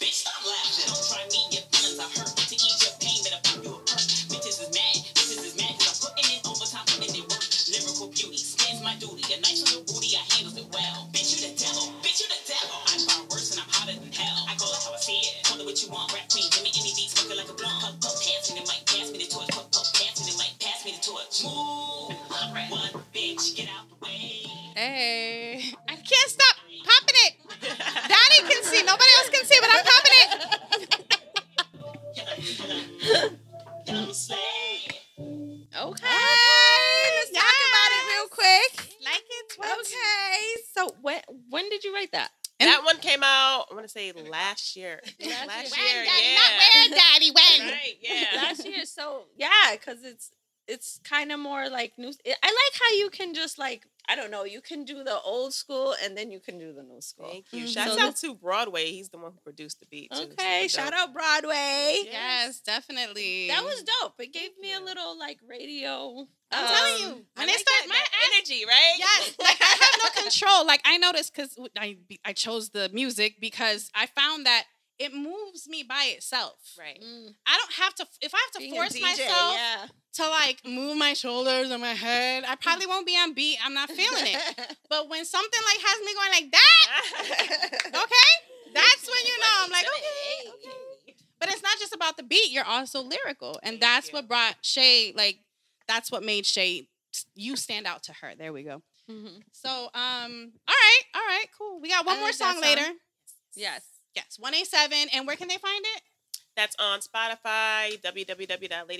Speaker 5: Bitch, stop laughing. Don't try me, your feelings are hurt. To ease your pain, better pop you a perk. Bitches is mad, bitches is mad, cause I'm putting in overtime, putting in work. Lyrical beauty, skin's my duty. A nice little booty, I handles it well. Bitch, you the devil, bitch, you the devil. I'm far worse and I'm hotter than hell. I call it how I see it. Call it what you want, rap queen. Give me any beat, smoking like a blunt. Puff, puff, pass me the mic, pass me the torch. Puff, puff, pass me the mic, pass me the torch. Move, one bitch, get out the way.
Speaker 3: Hey. I can't stop popping it. Daddy can see. Nobody else can see, but I'm popping it.
Speaker 5: Can I, can I, can I slay?
Speaker 4: Okay.
Speaker 3: Let's
Speaker 4: Talk about it real quick.
Speaker 3: Like it.
Speaker 4: Okay. So when when did you write that?
Speaker 3: And-
Speaker 2: that one came out. I want to say last year.
Speaker 4: Last
Speaker 2: last <laughs>
Speaker 4: year.
Speaker 2: year.
Speaker 3: Daddy,
Speaker 2: yeah.
Speaker 3: not where, Daddy, when? <laughs>
Speaker 2: Right.
Speaker 4: so yeah, because it's it's kind of more like new. I like how you can just like I don't know, you can do the old school and then you can do the new school.
Speaker 2: Thank you.
Speaker 3: Mhm.
Speaker 2: Shout
Speaker 4: So
Speaker 2: out to Broadway. He's the one who produced the beat. too. Super
Speaker 4: Okay, shout
Speaker 2: dope.
Speaker 4: out Broadway.
Speaker 3: Yes, definitely.
Speaker 4: That was dope. It gave me a little like radio.
Speaker 3: I'm
Speaker 4: um,
Speaker 3: telling you, when they
Speaker 4: I like
Speaker 3: start,
Speaker 4: that-
Speaker 3: my
Speaker 4: that
Speaker 3: ass
Speaker 4: energy, right?
Speaker 3: Yes, like I have no control. Like I noticed because I be- I chose the music because I found that it moves me by itself.
Speaker 2: <laughs> Right.
Speaker 4: Mm,
Speaker 3: I don't have to if I have to
Speaker 4: being a
Speaker 3: force
Speaker 4: DJ,
Speaker 3: myself
Speaker 4: yeah.
Speaker 3: to like move my shoulders or my head. I probably won't be on beat. I'm not feeling <laughs> it.
Speaker 4: <laughs>
Speaker 3: But when something like has me going like that,
Speaker 2: <laughs>
Speaker 3: okay, that's when you know I'm like okay. okay. But it's not just about the beat. You're also lyrical, and
Speaker 2: Thank
Speaker 3: that's
Speaker 2: you.
Speaker 3: what brought Shay. Like that's what made Shay s- you stand out to her. There we go. So, um, all right, all right, cool. We got one
Speaker 4: I
Speaker 3: more
Speaker 4: like that
Speaker 3: song
Speaker 4: song.
Speaker 3: later.
Speaker 4: <laughs> Yes.
Speaker 3: Yes, one eight seven. And where can they find it?
Speaker 2: That's on Spotify,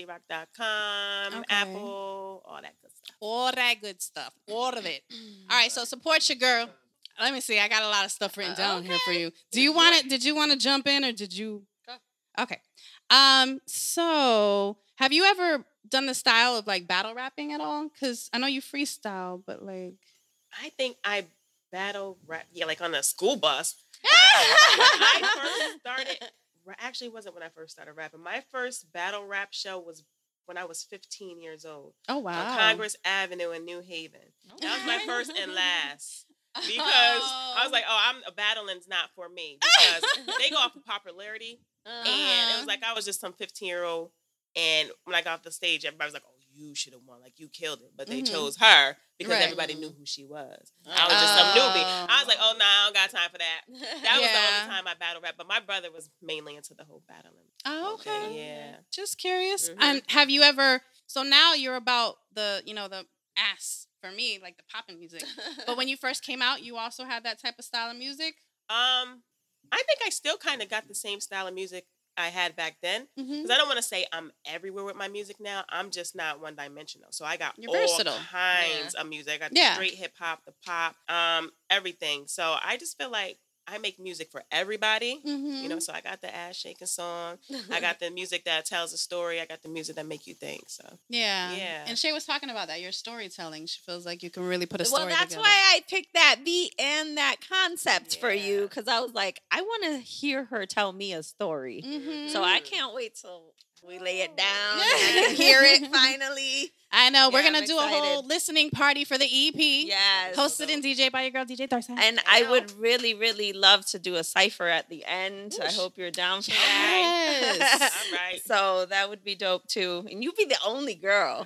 Speaker 2: www.ladyrock.com,
Speaker 4: Okay.
Speaker 2: Apple, all that good stuff.
Speaker 3: All that good stuff. All of it. All right. So support your girl. Let me see. I got a lot of stuff written
Speaker 4: Uh,
Speaker 3: down here for you. Do you want to? Did you want to jump in, or did you? Okay. Um. So, have you ever done the style of like battle rapping at all? Because I know you freestyle, but like.
Speaker 2: I think I battle rap, yeah, like on a school bus. When
Speaker 3: Oh, <laughs>
Speaker 2: I first started, ra- actually, it wasn't when I first started rapping. My first battle rap show was when I was 15 years old
Speaker 3: Oh wow.
Speaker 2: on <laughs> Congress Avenue in New Haven. That was my
Speaker 4: Okay.
Speaker 2: first
Speaker 3: <laughs>
Speaker 2: and last. Because I was like, oh, I'm battling's not
Speaker 3: <laughs>
Speaker 2: for me because they go off of popularity. And it
Speaker 3: Uh-huh.
Speaker 2: was like I was just some 15 year old. And when I got off the stage, everybody was like, oh, you should have won. Like, you killed it. But they
Speaker 3: Mhm.
Speaker 2: chose her because
Speaker 3: Right.
Speaker 2: everybody knew who she was. I was just some newbie. I was like, oh, no, I don't got time for that.
Speaker 4: <laughs>
Speaker 2: That was the
Speaker 3: Yeah.
Speaker 2: only time I battle rap. But my brother was mainly into the whole battling.
Speaker 3: Oh, okay.
Speaker 2: Yeah.
Speaker 3: Just curious.
Speaker 2: Mhm.
Speaker 3: And have you ever? So now you're about the, you know, the ass for me, like the poppin' music. But when you first came out, you also had that type of style of music.
Speaker 2: Um, I think I still kind of got the same style of music I had back then.
Speaker 3: Mm-hmm.
Speaker 2: Because I don't want to say I'm everywhere with my music now. I'm just not one dimensional. So I got
Speaker 3: You're
Speaker 2: all
Speaker 3: versatile.
Speaker 2: kinds of music. I got the
Speaker 3: Yeah.
Speaker 2: straight hip hop, the pop, um, everything. So I just feel like I make music for everybody.
Speaker 3: Mm-hmm.
Speaker 2: You know, so I got the ass shaking song.
Speaker 4: <laughs>
Speaker 2: I got the music that tells a story. I got the music that make you think. So
Speaker 3: yeah.
Speaker 2: Yeah.
Speaker 3: And Shay was talking about that. Your storytelling. She feels like you can really put a story.
Speaker 4: Well, that's
Speaker 3: together.
Speaker 4: why I picked that beat and that concept for you
Speaker 2: Yeah.
Speaker 4: because I was like, I want to hear her tell me a story.
Speaker 3: Mhm.
Speaker 4: So I Mm-hmm. can't wait till we lay it down. and
Speaker 3: Yeah.
Speaker 4: I can hear it <laughs> finally.
Speaker 3: I know we're
Speaker 4: Yeah,
Speaker 3: gonna
Speaker 4: I'm
Speaker 3: do a whole
Speaker 4: excited.
Speaker 3: listening party for the EP.
Speaker 4: Yes.
Speaker 3: Hosted and DJ by your girl DJ Tharsa.
Speaker 4: And I would really, really love to do a cipher at the end. I
Speaker 3: Ooh, sh-
Speaker 4: hope you're down for that.
Speaker 3: Yes.
Speaker 4: <laughs>
Speaker 2: all right.
Speaker 4: So that would be dope too. And you'd be the only girl.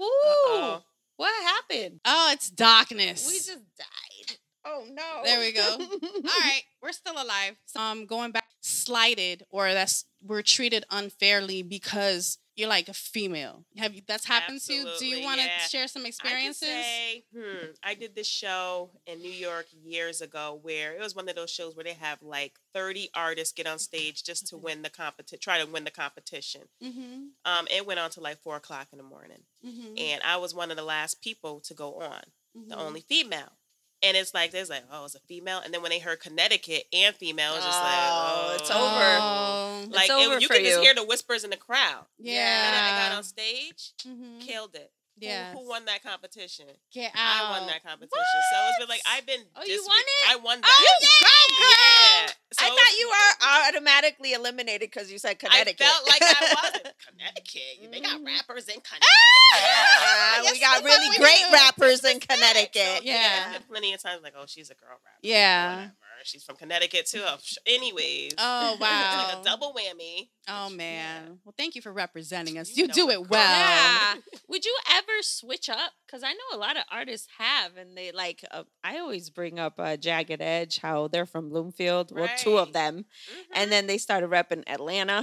Speaker 4: Ooh.
Speaker 2: Uh-oh.
Speaker 4: What happened?
Speaker 3: oh, it's darkness.
Speaker 4: We just died. Oh no.
Speaker 3: There we go.
Speaker 2: Oh.
Speaker 3: All right, we're still alive. Um, going back, slighted or that's we're treated unfairly because you're like a female. Have you? That's happened to you. Do
Speaker 2: Absolutely,
Speaker 3: you want to
Speaker 2: yeah.
Speaker 3: share some experiences?
Speaker 2: I, can say, hmm, I did this show in New York years ago where it was one of those shows where they have like 30 artists get on stage just
Speaker 4: Mm-hmm.
Speaker 2: to win the competition, try to win the competition.
Speaker 3: mm-hmm.
Speaker 2: Um, it went on to like four o'clock in the morning.
Speaker 3: Mm-hmm.
Speaker 2: And I was one of the last people to go on, the
Speaker 4: Mm-hmm.
Speaker 2: only female. And it's like, there's like, oh, it's a female. And then when they heard Connecticut and female, it's just like,
Speaker 4: Oh,
Speaker 2: oh,
Speaker 4: it's over.
Speaker 3: Oh,
Speaker 4: It's
Speaker 2: Like, it-
Speaker 4: over
Speaker 2: you
Speaker 4: for
Speaker 2: could just
Speaker 4: you.
Speaker 2: hear the whispers in the crowd. And then I got
Speaker 3: yeah.
Speaker 2: on stage,
Speaker 4: Mm-hmm.
Speaker 3: Mhm.
Speaker 2: killed it. Who-
Speaker 3: Yes.
Speaker 2: who won that competition?
Speaker 3: Get out.
Speaker 2: I won
Speaker 3: <laughs>
Speaker 2: that competition. So it's been like I've been.
Speaker 4: Oh, you
Speaker 2: dis-
Speaker 4: won it?
Speaker 2: I won that.
Speaker 4: Oh, yeah.
Speaker 2: yeah.
Speaker 4: I
Speaker 2: So it
Speaker 4: thought
Speaker 2: was-
Speaker 4: you were automatically eliminated because you said Connecticut.
Speaker 2: I felt like
Speaker 4: <laughs>
Speaker 2: I wasn't Connecticut. They got
Speaker 4: Mhm.
Speaker 2: rappers
Speaker 4: <laughs>
Speaker 2: in Connecticut.
Speaker 4: Yeah,
Speaker 3: Yes,
Speaker 4: Ah, we got
Speaker 3: we
Speaker 4: really
Speaker 3: do.
Speaker 4: great rappers in
Speaker 2: So,
Speaker 4: Connecticut.
Speaker 2: you know, there's
Speaker 3: Yeah.
Speaker 2: been plenty of times like, oh, she's a girl rapper.
Speaker 3: Yeah.
Speaker 2: Whatever. She's from Connecticut too. Oh, sh- Anyways,
Speaker 3: Oh
Speaker 2: it's
Speaker 3: wow.
Speaker 2: <laughs> like a double whammy.
Speaker 3: oh
Speaker 2: Which,
Speaker 3: man. Well, thank you for representing us. You,
Speaker 2: You
Speaker 3: do
Speaker 2: know
Speaker 3: it
Speaker 2: it.
Speaker 3: well.
Speaker 4: Yeah. Would you ever switch up? Because I know a lot of artists have, and they like. Uh, I always bring up uh, Jagged Edge, how they're from Bloomfield. Well, two of
Speaker 2: Right.
Speaker 4: them,
Speaker 2: Yeah. Mhm.
Speaker 4: and then they started repping Atlanta.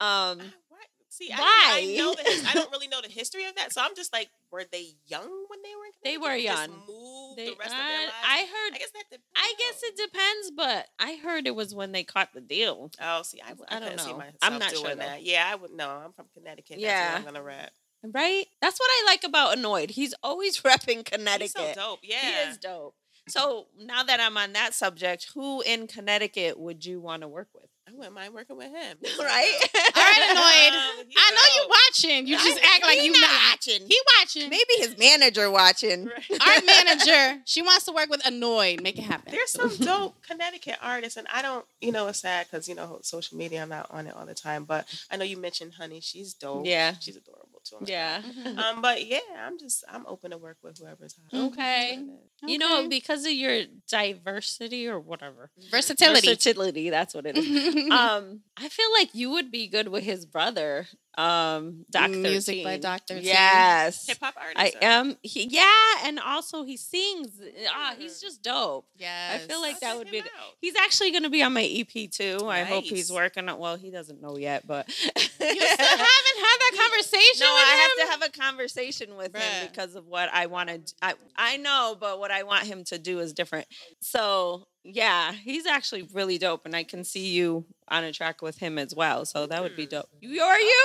Speaker 4: Um,
Speaker 2: Ah, what? See, I,
Speaker 4: Why?
Speaker 2: I know the his- I don't really know the history of that, so I'm just like, were they young when they were? in
Speaker 4: They
Speaker 2: Connecticut?
Speaker 4: were
Speaker 2: Just
Speaker 4: young.
Speaker 2: moved
Speaker 4: they,
Speaker 2: the rest of
Speaker 4: I-
Speaker 2: their lives.
Speaker 4: I heard.
Speaker 2: I guess that. depends.
Speaker 4: I guess it depends, but I heard it was when they caught the deal.
Speaker 2: Oh, see, I, w- I
Speaker 4: I don't
Speaker 2: couldn't see
Speaker 4: know.
Speaker 2: myself
Speaker 4: I'm not
Speaker 2: doing
Speaker 4: sure, though.
Speaker 2: that. Yeah, I would. No, I'm from Connecticut.
Speaker 4: Yeah.
Speaker 2: That's where I'm gonna rap.
Speaker 4: Right? That's what I like about Annoyed. He's always <laughs> repping Connecticut.
Speaker 2: He's so dope. Yeah.
Speaker 4: He is dope. So now that I'm on that subject, who in Connecticut would you want to work with?
Speaker 2: I wouldn't mind working with <laughs> him.
Speaker 4: <laughs> right? <laughs>
Speaker 3: All right, annoyed.
Speaker 2: <laughs> Um, you
Speaker 3: I know you watching. You just act like
Speaker 4: He
Speaker 3: you
Speaker 4: not
Speaker 3: not.
Speaker 4: watching.
Speaker 3: He watching.
Speaker 4: Maybe his manager watching. <laughs>
Speaker 3: Our manager, she wants to work with annoyed. Make it happen.
Speaker 2: There's some dope Connecticut artists, and I don't, you know, it's sad because you know social media. I'm not on it all the time, but I know you mentioned Honey. She's dope.
Speaker 4: Yeah.
Speaker 2: she's adorable too. I'm like,
Speaker 4: Yeah.
Speaker 3: Mm-hmm.
Speaker 2: Um, but yeah, I'm just I'm open to work with whoever's hot.
Speaker 3: Okay.
Speaker 4: You know, because of your diversity or whatever.
Speaker 3: versatility.
Speaker 4: Versatility, that's what it <laughs>
Speaker 3: <laughs>
Speaker 4: is. um, I feel like you would be good with his brother, um, Doc
Speaker 3: Music
Speaker 4: 13.
Speaker 3: by Doc 13.
Speaker 4: Yes.
Speaker 2: Hip hop artist.
Speaker 4: I
Speaker 2: huh?
Speaker 4: am. He, yeah, and also he sings. Ah, he's
Speaker 3: Mm.
Speaker 4: just dope.
Speaker 3: yes.
Speaker 4: I feel like
Speaker 2: I'll
Speaker 4: that
Speaker 2: check
Speaker 4: would
Speaker 2: him
Speaker 4: be. the-
Speaker 2: <laughs> out.
Speaker 4: He's actually going to be on my EP too. I hope he's
Speaker 2: Nice.
Speaker 4: working on. Well, he doesn't know yet, but <laughs>
Speaker 3: you still haven't had that conversation.
Speaker 4: no,
Speaker 3: with
Speaker 4: I
Speaker 3: him?
Speaker 4: have to have a conversation with
Speaker 3: Bruh.
Speaker 4: him because of what I want to. I I know, but what I want him to do is different. So yeah, he's actually really dope, and I can see you on a track with him as well. So that would be dope.
Speaker 3: Mm-hmm.
Speaker 4: You are you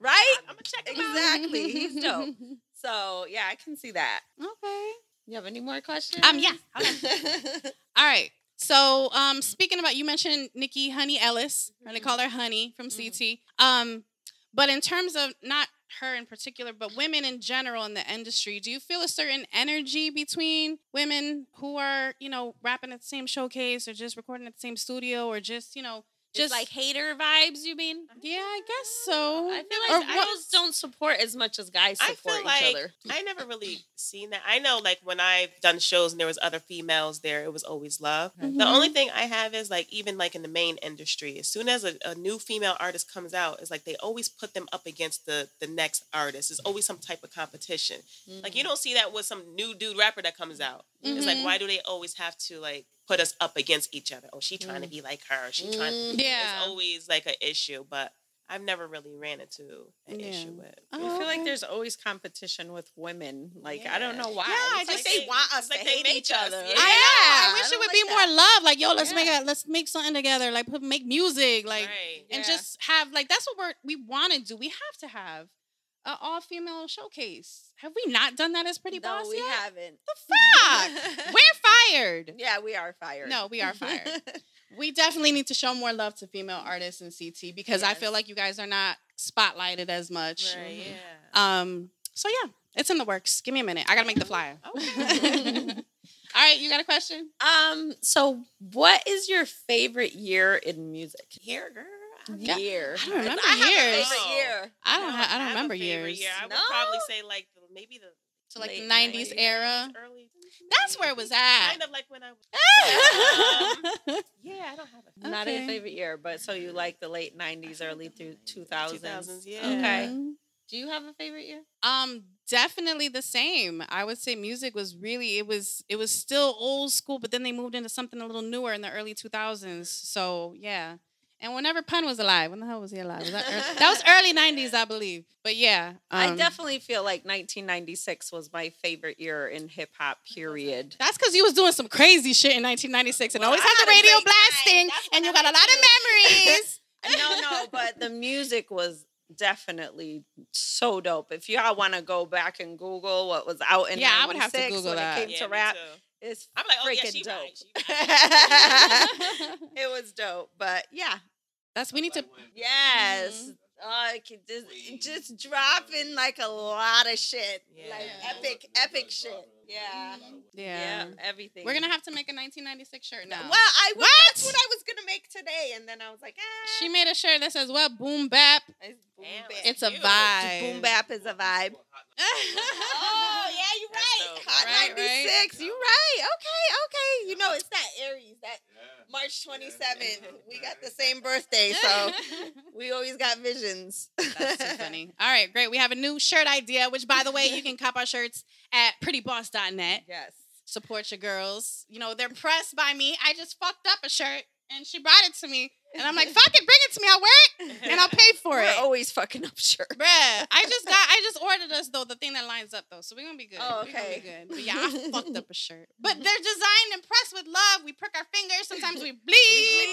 Speaker 4: right?
Speaker 3: Uh,
Speaker 2: I'm gonna check him out.
Speaker 4: Exactly,
Speaker 3: <laughs>
Speaker 4: he's dope. So yeah, I can see that.
Speaker 3: Okay.
Speaker 4: You have any more questions?
Speaker 3: Um. Yeah. All right. So, um, speaking about you mentioned Nikki Honey Ellis, and
Speaker 4: Mm-hmm.
Speaker 3: they call her Honey from CT. Um, but in terms of not her in particular, but women in general in the industry, do you feel a certain energy between women who are, you know, rapping at the same showcase or just recording at the same studio or just, you know, <laughs> just
Speaker 4: just like hater vibes, you mean?
Speaker 3: yeah, I guess so.
Speaker 4: I feel
Speaker 3: Or
Speaker 4: like
Speaker 3: what-
Speaker 4: girls don't support as much as guys
Speaker 2: I
Speaker 4: support
Speaker 2: feel
Speaker 4: each
Speaker 2: like
Speaker 4: other.
Speaker 2: I never really seen that. I know, like when I've done shows and there was other females there, it was always love. The
Speaker 3: Mm-hmm.
Speaker 2: only thing I have is like even like in the main industry, as soon as a, a new female artist comes out, it's like they always put them up against the the next artist. There's always some type of competition. Like
Speaker 3: Mm-hmm.
Speaker 2: you don't see that with some new dude rapper that comes out. It's like
Speaker 3: Mhm.
Speaker 2: why do they always have to like put us up against each other? Oh, she trying to be like her. She trying.
Speaker 3: Mm. yeah.
Speaker 2: It's always like an issue, but I've never really ran into an
Speaker 3: Yeah.
Speaker 2: issue with.
Speaker 3: Oh,
Speaker 4: I feel like
Speaker 3: okay.
Speaker 4: there's always competition with women. Like I don't
Speaker 2: Yeah.
Speaker 4: know why. Yeah, It's
Speaker 3: I
Speaker 4: like
Speaker 3: just-
Speaker 4: they want us
Speaker 2: it's like
Speaker 4: to
Speaker 2: they
Speaker 4: hate
Speaker 2: make
Speaker 4: each
Speaker 2: us.
Speaker 4: other.
Speaker 2: Yeah.
Speaker 3: I know. I wish it
Speaker 4: don't
Speaker 3: would
Speaker 4: like
Speaker 3: be
Speaker 4: that.
Speaker 3: more love. Like, yo, let's
Speaker 4: Yeah.
Speaker 3: make a, let's make something together. Like, put, make music. Like,
Speaker 2: right.
Speaker 3: and
Speaker 4: Yeah.
Speaker 3: just have like that's what we're we want to do. We have to have an all female showcase. Have we not done that as Pretty
Speaker 4: No,
Speaker 3: Boss
Speaker 4: we
Speaker 3: yet?
Speaker 4: haven't. <laughs>
Speaker 3: Fuck, we're fired.
Speaker 4: yeah, we are fired.
Speaker 3: No, we are fired.
Speaker 4: <laughs>
Speaker 3: <laughs> we definitely need to show more love to female artists in CT because I feel
Speaker 4: Yes.
Speaker 3: like you guys are not spotlighted as much.
Speaker 2: Right, yeah.
Speaker 3: Um, so yeah, it's in the works. Give me a minute. I gotta make the flyer.
Speaker 2: Oh.
Speaker 4: <laughs>
Speaker 2: Okay.
Speaker 3: All right, you got a question?
Speaker 4: um. So, what is your favorite year in music? Year, girl.
Speaker 3: Yeah.
Speaker 4: Year.
Speaker 3: I don't remember
Speaker 4: I have
Speaker 3: years.
Speaker 4: A favorite year.
Speaker 3: I don't.
Speaker 2: No,
Speaker 3: ha- I don't
Speaker 2: have a
Speaker 3: remember
Speaker 2: favorite
Speaker 3: years.
Speaker 2: Year. I would
Speaker 4: No? Uh,
Speaker 2: probably say like the, maybe the
Speaker 3: So like the
Speaker 4: Late
Speaker 3: '90s
Speaker 4: 90s.
Speaker 2: <laughs>
Speaker 3: era.
Speaker 2: early.
Speaker 3: That's where it was
Speaker 4: uh,
Speaker 3: at.
Speaker 2: Kind of like when I was. Yeah, I don't have a
Speaker 4: Not
Speaker 3: Okay.
Speaker 4: a favorite year, but so you like the late '90s, early through 2000s.
Speaker 2: 2000s. Yeah.
Speaker 3: <laughs>
Speaker 4: Um, Okay.
Speaker 3: Mhm.
Speaker 4: Do you have a favorite year?
Speaker 3: Um, definitely the same. I would say music was really it was it was still old school, but then they moved into something a little newer in the early two thousands. So yeah. And whenever Pun was alive, when the hell was he alive? Was that, ear- that was early nineties, I believe. But yeah,
Speaker 4: I
Speaker 3: um,
Speaker 4: definitely feel like 1996 was my favorite year in hip hop. Period.
Speaker 3: That's because you was doing some crazy shit in nineteen ninety six, and
Speaker 4: Well,
Speaker 3: always
Speaker 4: I
Speaker 3: had the
Speaker 4: had a
Speaker 3: radio
Speaker 4: great time.
Speaker 3: blasting,
Speaker 4: That's what
Speaker 3: and you
Speaker 4: I
Speaker 3: got a lot
Speaker 4: like
Speaker 3: of
Speaker 4: <laughs>
Speaker 3: memories.
Speaker 4: no, no, but the music was definitely so dope. If y'all want to go back and Google what was out in
Speaker 3: Yeah, I would have to
Speaker 4: 96
Speaker 3: Google
Speaker 4: when
Speaker 3: that.
Speaker 4: it came
Speaker 2: Yeah,
Speaker 4: to
Speaker 2: me
Speaker 4: rap,
Speaker 2: too.
Speaker 4: it's
Speaker 3: <laughs>
Speaker 4: <laughs>
Speaker 2: I'm like, oh yeah,
Speaker 4: freaking
Speaker 2: she
Speaker 4: dope.
Speaker 2: right, she right.
Speaker 4: it was dope, but yeah,
Speaker 3: That's we need to. Mm-hmm.
Speaker 4: yes. Uh, it could just, just dropping like a lot of shit, like
Speaker 2: Yeah.
Speaker 4: epic, epic shit. Yeah,
Speaker 3: Yeah.
Speaker 4: yeah, everything.
Speaker 3: we're gonna have to make a nineteen ninety six shirt now.
Speaker 4: Well, I was, that's
Speaker 3: What?
Speaker 4: what I was gonna make today, and then I was like, ah,
Speaker 3: She made a shirt that says what? Boom bap.
Speaker 4: it's boom
Speaker 2: Damn,
Speaker 4: bap.
Speaker 3: It's a
Speaker 2: Ew.
Speaker 3: vibe.
Speaker 4: boom bap <laughs> is a vibe. Oh yeah, you're
Speaker 2: That's
Speaker 4: right.
Speaker 2: dope.
Speaker 4: Hot
Speaker 3: Right, right.
Speaker 4: 96. You're right. Okay, okay. You know, it's that Aries. That March 27th. We got the same birthday,
Speaker 3: <laughs>
Speaker 4: so we always got visions.
Speaker 3: That's too funny. All right, great. We have a new shirt idea, which, by the way, you can cop our shirts at prettyboss.net.
Speaker 4: <laughs> Yes.
Speaker 3: Support your girls. You know, they're pressed by me. I just fucked up a shirt and she brought it to me. And I'm like, fuck it, bring it to me. I'll wear it and I'll pay for
Speaker 4: We're
Speaker 3: it.
Speaker 4: always fucking up <laughs> shirts.
Speaker 3: Bruh, I just got, I just ordered us though the thing that lines up though, so we're gonna be good.
Speaker 4: Oh,
Speaker 3: We're gonna
Speaker 4: okay.
Speaker 3: be good. But yeah, I fucked up a shirt, but
Speaker 4: <laughs>
Speaker 3: they're designed and pressed with love. We prick our fingers, sometimes we bleed.
Speaker 4: We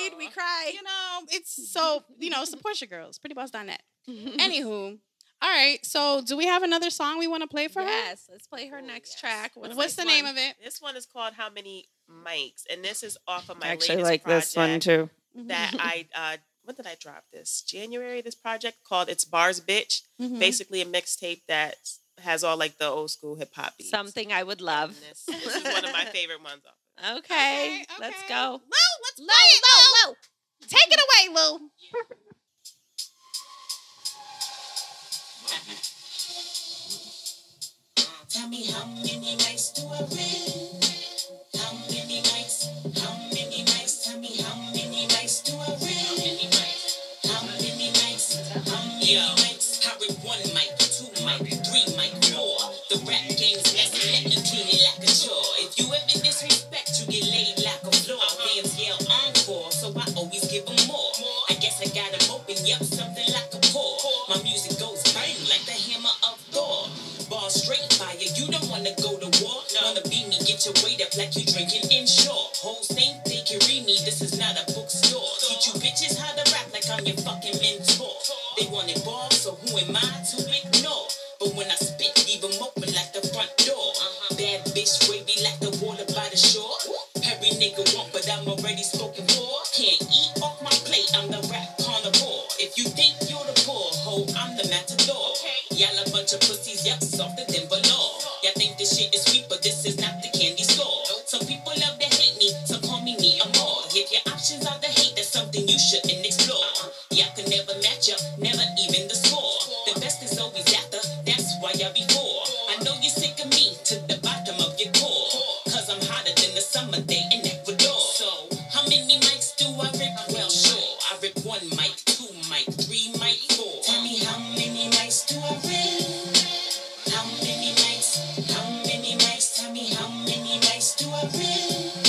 Speaker 4: bleed, we cry.
Speaker 3: you know, it's so you know, support your girls. Prettyboss.net.
Speaker 4: <laughs>
Speaker 1: <laughs>
Speaker 3: Anywho, all right. So, do we have another song we want to play for her?
Speaker 4: Yes. Let's play her next track.
Speaker 3: What's,
Speaker 4: next
Speaker 3: the
Speaker 4: one?
Speaker 3: name of it?
Speaker 2: This one is called "How Many Mics," and this is off of my
Speaker 4: I actually
Speaker 2: latest
Speaker 4: like
Speaker 2: project.
Speaker 4: this one too. <laughs>
Speaker 2: that I uh, when did I drop this? January. This project called "It's Bars, Bitch."
Speaker 3: Mm-hmm,
Speaker 4: Mm-hmm.
Speaker 2: Basically, a mixtape that has all like the old school hip hop beats.
Speaker 4: Something I would
Speaker 2: And
Speaker 4: love.
Speaker 2: This, this is one of my favorite ones.
Speaker 4: <laughs>
Speaker 2: Off.
Speaker 4: Okay,
Speaker 3: Okay,
Speaker 4: let's
Speaker 3: okay.
Speaker 4: go.
Speaker 1: let's low, low, low.
Speaker 3: Take it away, Lou.
Speaker 5: Tell me how many nights do I win? How many nights? How many nights? Tell me how many nights do I win? How many nights? How many nights? How many nights? I read one mic, two mic, three mic, four. The rap game's messy, let me clean it like a chore. If you ever disrespect, you get laid like a floor. Fans yell encore, so I always give 'em Uh-huh. more. I guess I got 'em open, yep, something like a pour. My music goes bang like the hammer of Thor. Ball straight fire, you don't wanna go to war. Wanna beat me, get your weight up like you drinking Ensure. Hoes think they can read me, this is not a bookstore. Teach you bitches how to rap like I'm your fucking mentor. They want it ball, so who am I to ignore? But when I spit, leave 'em open like the front door. Bad bitch, wavy like the water by the shore. Every nigga want, but I'm already spoken for. Can't eat off my plate, I'm the rap carnivore. If you think you're the poor hoe, I'm the matador. Y'all a bunch of pussies, yep, softer than below. Y'all think this shit is sweet, but this is not the candy store. Some people love to hate me, some call me me, I'm more. If your options are the hate, that's something you shouldn't explore. Y'all can never match up, never even the score. The best is always after, that's why y'all be poor. I know you're sick of me to the bottom of your core. Cause I'm hotter than the summer day in Ecuador. So, how many mics do I rip? Well, sure. I rip one mic, two mic, three mic, four. Tell me how many mics do I rip? How many mics? How many mics? Tell me how many mics do I rip?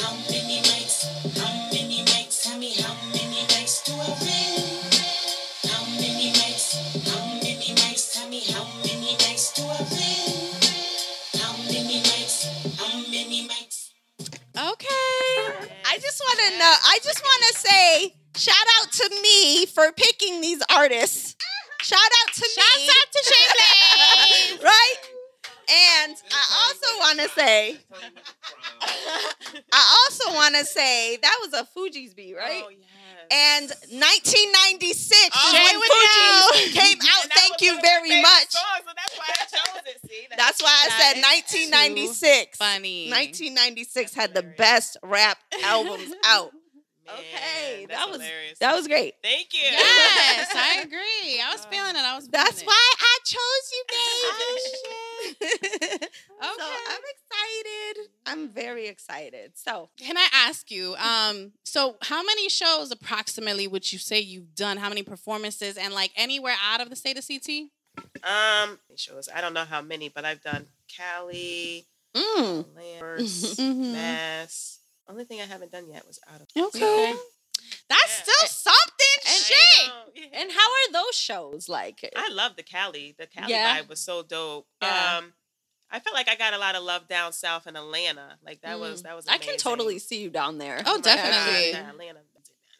Speaker 5: How many mics? How many mics? Tell me how many mics do I rip? How many mics? How many mics? Tell me how many mics do I rip? How many mics? How many mics?
Speaker 4: Okay.
Speaker 1: I just want to know. I just want to say shout out to me for picking these artists. Shout out to me.
Speaker 3: Shout out to Shay
Speaker 1: <laughs>
Speaker 3: Blaze.
Speaker 1: right? And I also want to say, <laughs> I also want to say that was a Fuji's beat, right?
Speaker 2: Oh yes.
Speaker 1: And 1996 is
Speaker 2: Oh,
Speaker 1: when
Speaker 2: Jay
Speaker 1: Fuji's
Speaker 2: with you. <laughs>
Speaker 1: came out.
Speaker 2: And that
Speaker 1: Thank
Speaker 2: was
Speaker 1: you
Speaker 2: one of my
Speaker 1: very
Speaker 2: favorite
Speaker 1: much.
Speaker 2: songs, so that's why I chose it. See, That's-
Speaker 1: That's why I
Speaker 3: That
Speaker 1: said 1996.
Speaker 3: is Funny.
Speaker 1: 1996 had the
Speaker 2: Hilarious.
Speaker 1: best rap albums out.
Speaker 2: Man,
Speaker 1: Okay,
Speaker 2: that's
Speaker 1: that was-
Speaker 2: hilarious.
Speaker 1: That was great.
Speaker 2: Thank you.
Speaker 3: Yes, I agree. I was feeling it. I was. feeling
Speaker 1: That's
Speaker 3: it.
Speaker 1: why I chose you, baby.
Speaker 3: Okay.
Speaker 1: <laughs> So I'm excited. I'm very excited. So
Speaker 3: Can I ask you? Um, so how many shows approximately would you say you've done? How many performances and like anywhere out of the state of CT?
Speaker 2: <laughs> Um, shows. I don't know how many, but I've done Cali,
Speaker 1: Mm.
Speaker 3: <laughs>
Speaker 2: Lambert,
Speaker 3: Mm-hmm.
Speaker 2: Mass. Only thing I haven't done yet was out of.
Speaker 3: Okay. That's
Speaker 2: Yeah.
Speaker 3: still something.
Speaker 2: I
Speaker 3: shit.
Speaker 2: know, yeah.
Speaker 4: And how are those shows like?
Speaker 2: I love the Cali. The Cali
Speaker 4: Yeah.
Speaker 2: vibe was so dope.
Speaker 4: Yeah.
Speaker 2: Um, I felt like I got a lot of love down south in Atlanta. Like that was that was.
Speaker 4: I can
Speaker 2: amazing.
Speaker 4: totally see you down there.
Speaker 3: Oh,
Speaker 2: Right, right,
Speaker 3: definitely.
Speaker 2: right, Atlanta.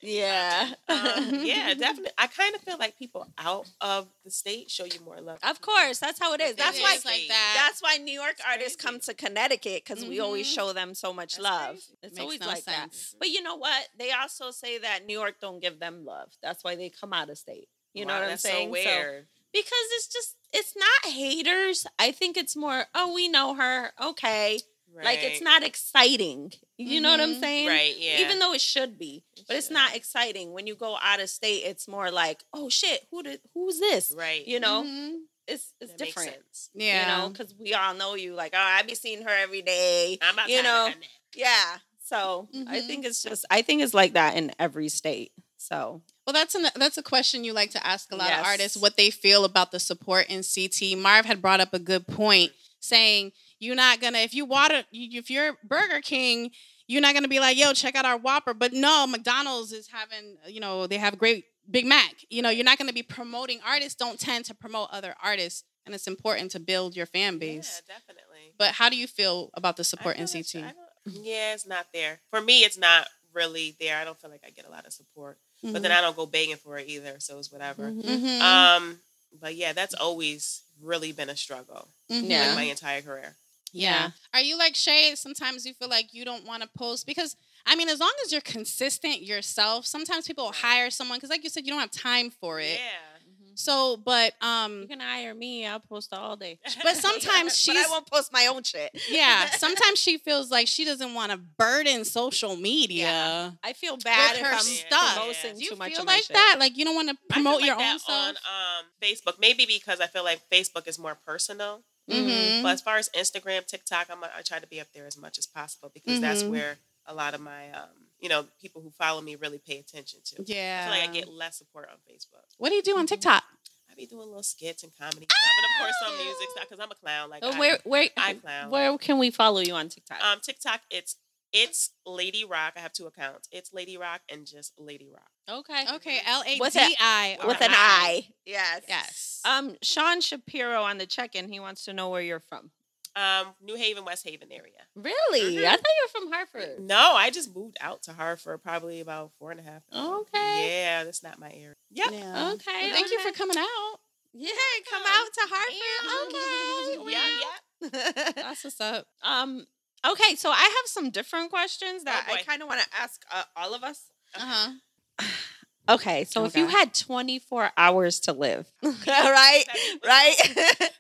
Speaker 4: Yeah.
Speaker 1: <laughs>
Speaker 4: <laughs>
Speaker 2: Um, yeah, definitely. I kind of feel like people out of the state show you more love.
Speaker 4: Of course, that's how it is. That's
Speaker 3: It
Speaker 4: why
Speaker 3: is like that.
Speaker 4: that's why New York artists come to Connecticut because we always
Speaker 3: Mhm.
Speaker 4: show them so much
Speaker 2: Mm-hmm. That's
Speaker 4: love.
Speaker 2: crazy.
Speaker 4: It's
Speaker 3: Makes
Speaker 4: always
Speaker 3: no
Speaker 4: like that.
Speaker 3: sense.
Speaker 4: But you know what? They also say that New York don't give them love. That's why they come out of state. You know
Speaker 2: Wow,
Speaker 4: what I'm
Speaker 2: that's
Speaker 4: saying?
Speaker 2: So
Speaker 4: So-
Speaker 2: weird.
Speaker 4: because it's just it's not haters. I think it's more, oh, we know her. Okay. Like it's
Speaker 2: Right. Mm-hmm.
Speaker 4: not exciting. You know what I'm
Speaker 3: Mhm.
Speaker 4: saying?
Speaker 2: right. Yeah.
Speaker 4: Even though it should be, but it's
Speaker 2: should.
Speaker 4: not exciting. When you go out of state, it's more like, oh shit, who did who's this?
Speaker 2: right.
Speaker 4: You know,
Speaker 3: Mhm.
Speaker 4: it's it's
Speaker 2: That makes
Speaker 4: different.
Speaker 2: sense.
Speaker 3: Yeah.
Speaker 4: You know, because we all know you. Like, oh, I be seeing her every day.
Speaker 2: I'm about
Speaker 4: You
Speaker 2: tired of
Speaker 4: know,
Speaker 2: her now.
Speaker 4: Yeah. So I
Speaker 3: Mhm.
Speaker 4: think it's just I think it's like that in every state. So
Speaker 3: Well, that's an, that's a question you like to ask a lot
Speaker 4: Yes.
Speaker 3: of artists what they feel about the support in CT. Marv had brought up a good point saying you're not gonna if you water if you're Burger King, you're not gonna be like yo check out our Whopper. But no, McDonald's is having you know they have great Big Mac. You know you're not gonna be promoting artists. Don't tend to promote other artists, and it's important to build your fan base.
Speaker 2: Yeah, definitely.
Speaker 3: But how do you feel about the
Speaker 2: I
Speaker 3: support in
Speaker 2: feel it's-
Speaker 3: CT?
Speaker 2: I don't- Yeah, it's not there. For me, it's not really there. I don't feel like I get a lot of support. But
Speaker 4: Mm-hmm.
Speaker 2: then I don't go begging for it either, so it's whatever.
Speaker 3: Mhm.
Speaker 2: Um, but yeah, that's always really been a struggle
Speaker 3: Mhm.
Speaker 4: Yeah.
Speaker 2: like my entire career.
Speaker 3: Yeah. Are you like Shay? Sometimes you feel like you don't want to post because I mean, as long as you're consistent yourself, sometimes people will
Speaker 2: Right.
Speaker 3: hire someone because, like you said, you don't have time for it.
Speaker 2: Yeah.
Speaker 3: So, but um, <laughs>
Speaker 4: Mm-hmm. You can hire me. I'll post all <laughs> day.
Speaker 2: <laughs>
Speaker 3: but sometimes
Speaker 1: But
Speaker 3: she's
Speaker 1: I won't post my own shit.
Speaker 3: yeah. Sometimes she feels like she doesn't want to burden social media.
Speaker 4: I feel bad
Speaker 3: With
Speaker 4: if
Speaker 3: her
Speaker 4: I'm
Speaker 3: stuff.
Speaker 4: promoting
Speaker 3: Do you
Speaker 4: too much
Speaker 3: feel
Speaker 4: of my
Speaker 3: like
Speaker 4: shit.
Speaker 3: that? Like you don't want to
Speaker 2: I feel
Speaker 3: promote
Speaker 2: like
Speaker 3: your
Speaker 2: that
Speaker 3: own self?
Speaker 2: on um, Facebook. Maybe because I feel like Facebook is more personal.
Speaker 4: Mm-hmm.
Speaker 3: Mhm.
Speaker 2: But as far as Instagram, TikTok, I'm, I try to be up there as much as possible because that's
Speaker 3: Mhm.
Speaker 2: where a lot of my, um, you know, people who follow me really pay attention to. I
Speaker 3: Yeah.
Speaker 2: feel like I get less support on Facebook.
Speaker 3: what do you do on <laughs> TikTok?
Speaker 2: I be doing little skits and comedy stuff, and of course some
Speaker 3: Oh!
Speaker 2: music stuff because I'm a clown. Like
Speaker 4: Oh,
Speaker 2: I,
Speaker 4: where where
Speaker 3: <laughs>
Speaker 2: I clown.
Speaker 4: where can we follow you on TikTok?
Speaker 2: um, TikTok, it's it's Lady Rock. I have two accounts. It's Lady Rock and just Lady Rock.
Speaker 4: okay.
Speaker 3: Okay, L A
Speaker 1: With
Speaker 3: D
Speaker 1: a-
Speaker 3: I
Speaker 1: With an eye. Yes.
Speaker 3: Yes.
Speaker 4: Um, Sean Shapiro on the check-in. He wants to know where you're from.
Speaker 2: Um, New Haven, West Haven area.
Speaker 4: Really? I thought you were from Hartford.
Speaker 2: No, I just moved out to Hartford probably about four and a half.
Speaker 4: Okay.
Speaker 2: Yeah, that's not my area. Yep.
Speaker 3: Yeah.
Speaker 4: Okay.
Speaker 3: Well, thank you for
Speaker 4: okay.
Speaker 3: coming out.
Speaker 1: Yeah, come out to
Speaker 4: <laughs>
Speaker 1: Hartford.
Speaker 2: Yeah, yeah.
Speaker 1: Oh, Okay.
Speaker 3: That's what's up.
Speaker 4: Um. Okay. So I have some different questions that
Speaker 2: Oh,
Speaker 4: I
Speaker 2: boy.
Speaker 4: kind of want to ask uh, all of us.
Speaker 2: Okay.
Speaker 3: Uh-huh.
Speaker 4: Okay. So if you
Speaker 3: Okay.
Speaker 4: had 24 hours to live, <laughs>
Speaker 1: right?
Speaker 2: That'd be-
Speaker 1: Right?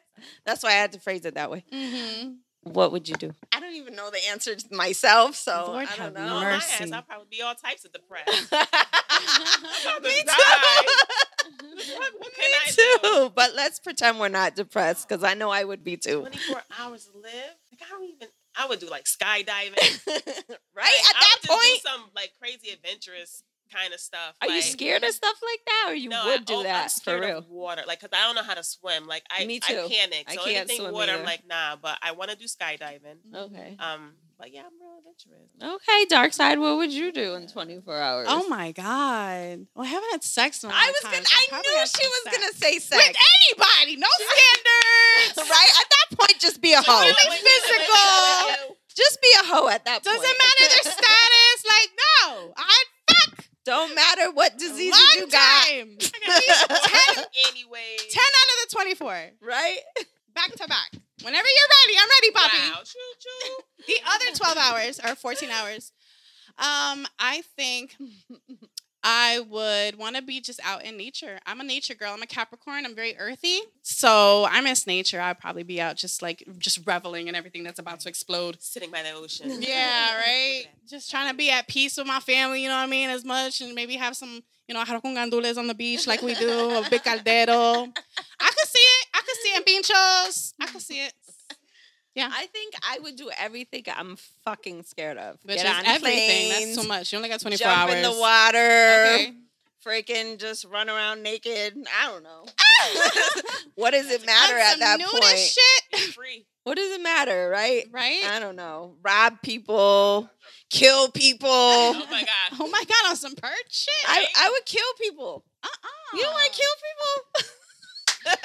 Speaker 4: that's why I had to phrase it that way.
Speaker 3: Mm-hmm.
Speaker 4: What would you do?
Speaker 1: I don't even know the answer to myself, so
Speaker 4: Lord
Speaker 1: I
Speaker 4: have
Speaker 1: don't
Speaker 2: Oh,
Speaker 1: know.
Speaker 2: my
Speaker 4: Mercy.
Speaker 2: ass, I'll probably be all types
Speaker 1: <laughs>
Speaker 2: of depressed. I'm about to
Speaker 1: Me
Speaker 4: <laughs>
Speaker 1: too. <laughs>
Speaker 2: die. What, what can I do?
Speaker 1: too. But let's pretend we're not depressed because I know I would be too.
Speaker 2: 24 hours to live? Like, I don't even, I would do like
Speaker 1: <laughs>
Speaker 2: skydiving.
Speaker 1: right? At
Speaker 2: Like, I
Speaker 1: that
Speaker 2: would just
Speaker 1: point,
Speaker 2: do some like crazy adventurous kind
Speaker 3: <laughs>
Speaker 2: of stuff.
Speaker 4: Are you
Speaker 2: like-
Speaker 4: scared of stuff like that, or you
Speaker 2: No, I-
Speaker 4: would do
Speaker 2: oh, I'm
Speaker 4: that for
Speaker 2: scared
Speaker 3: <laughs>
Speaker 4: real?
Speaker 2: Of water, like, cause I don't know how to swim. Like, I,
Speaker 4: Me
Speaker 2: I
Speaker 4: too.
Speaker 2: panic.
Speaker 4: I
Speaker 2: So
Speaker 4: can't
Speaker 2: anything
Speaker 4: swim either.
Speaker 2: water,
Speaker 4: Mm-hmm.
Speaker 2: I'm like, nah. But I want to do skydiving.
Speaker 4: Okay.
Speaker 3: uh,
Speaker 2: Um, but yeah, I'm real adventurous.
Speaker 4: Okay, Dark Side, what would you do in 24 hours?
Speaker 3: Oh my God. Well, I haven't had sex in a long
Speaker 1: I was
Speaker 3: time,
Speaker 1: gonna.
Speaker 3: so
Speaker 1: I
Speaker 3: probably
Speaker 1: knew
Speaker 3: have
Speaker 1: she
Speaker 3: some
Speaker 1: was
Speaker 3: sex.
Speaker 1: gonna say sex.
Speaker 3: anybody.
Speaker 1: <laughs>
Speaker 3: No standards.
Speaker 1: right? At that point, just be a
Speaker 4: Oh.
Speaker 1: hoe.
Speaker 2: Wait, wait, wait, wait, wait, wait, wait, wait, wait.
Speaker 1: Just be a hoe at that
Speaker 3: Doesn't
Speaker 1: point.
Speaker 3: matter your
Speaker 1: <laughs>
Speaker 3: status. Like, no. I
Speaker 1: Don't matter what diseases you
Speaker 3: one
Speaker 1: got.
Speaker 3: time.
Speaker 2: Anyway,
Speaker 3: Ten out of the twenty-four.
Speaker 1: right?
Speaker 3: Back to back. Whenever you're ready, I'm ready, Poppy.
Speaker 2: wow, choo choo.
Speaker 3: The other 12 hours or 14 hours. Um, I think I would want to be just out in nature. I'm a nature girl. I'm a Capricorn. I'm very earthy. So I miss nature. I'd probably be out just like just reveling in everything that's about to explode.
Speaker 2: Sitting by the
Speaker 4: <laughs>
Speaker 2: ocean.
Speaker 3: Yeah, right. Just trying to be at peace with my family, you know what I mean, as much and maybe have some, you know, jarrón con gandules on the beach like we do, a big caldero. I could see it. I could see it in pinchos. I could see it.
Speaker 4: I think I would do everything I'm fucking scared of.
Speaker 3: Which
Speaker 4: Get
Speaker 3: is
Speaker 4: on
Speaker 3: everything.
Speaker 4: planes,
Speaker 3: That's too much. You only got 24
Speaker 4: jump
Speaker 3: hours.
Speaker 4: in the water,
Speaker 3: Okay.
Speaker 4: freaking just run around naked. I don't
Speaker 3: <laughs>
Speaker 4: know.
Speaker 1: <laughs> What does it matter
Speaker 3: On
Speaker 1: at
Speaker 3: some
Speaker 1: that
Speaker 3: nudist
Speaker 1: point?
Speaker 3: shit,
Speaker 2: Free.
Speaker 1: What does it matter, right?
Speaker 3: right?
Speaker 1: I don't know. Rob people, kill
Speaker 3: <laughs>
Speaker 1: people.
Speaker 2: Oh my god.
Speaker 3: Oh my god, on some perch shit.
Speaker 1: I, I would kill people.
Speaker 3: uh-uh.
Speaker 1: You don't want to kill people?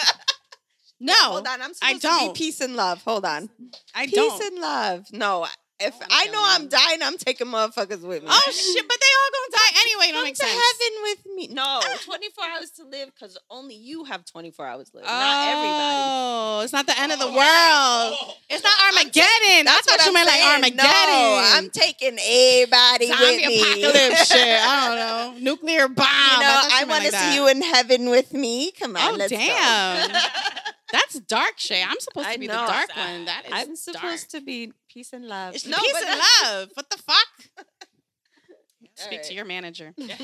Speaker 3: No,
Speaker 1: Hold on, I'm supposed
Speaker 3: I
Speaker 1: to
Speaker 3: don't.
Speaker 1: be peace and love. Hold on,
Speaker 3: I
Speaker 1: peace
Speaker 3: don't.
Speaker 1: and love. No, if
Speaker 4: Oh,
Speaker 1: I know I'm
Speaker 4: no.
Speaker 1: dying, I'm taking motherfuckers with me.
Speaker 3: oh
Speaker 1: <laughs>
Speaker 3: shit, but they all gonna die anyway. It
Speaker 1: come
Speaker 3: Don't make
Speaker 1: to
Speaker 3: sense. Ah.
Speaker 1: heaven with me.
Speaker 4: No, 24 hours to live because only you have 24 hours to live,
Speaker 3: Oh,
Speaker 4: not everybody.
Speaker 3: it's not the end of the
Speaker 2: Oh,
Speaker 3: world. Uh, <laughs>
Speaker 2: yeah. Oh.
Speaker 3: It's not Armageddon. That's
Speaker 1: That's
Speaker 3: what
Speaker 1: what
Speaker 3: you
Speaker 1: I'm
Speaker 3: meant, like
Speaker 1: saying.
Speaker 3: Armageddon.
Speaker 1: No, I'm taking everybody with
Speaker 3: zombie
Speaker 1: me. <laughs>
Speaker 3: apocalypse shit. I don't know. Nuclear bomb.
Speaker 1: You know, I want
Speaker 3: want
Speaker 1: to see you in heaven with me. Come on,
Speaker 3: Oh
Speaker 1: let's go. <laughs>
Speaker 3: damn, that's dark shit. I'm supposed
Speaker 4: I
Speaker 3: to be
Speaker 4: know.
Speaker 3: the dark one. That is
Speaker 4: I'm supposed
Speaker 3: dark.
Speaker 4: to be peace and love.
Speaker 3: It's
Speaker 1: No,
Speaker 3: peace
Speaker 1: but
Speaker 3: and love. What the fuck?
Speaker 1: <laughs>
Speaker 3: Speak to
Speaker 1: right.
Speaker 3: your manager.
Speaker 1: <laughs>
Speaker 2: Yeah.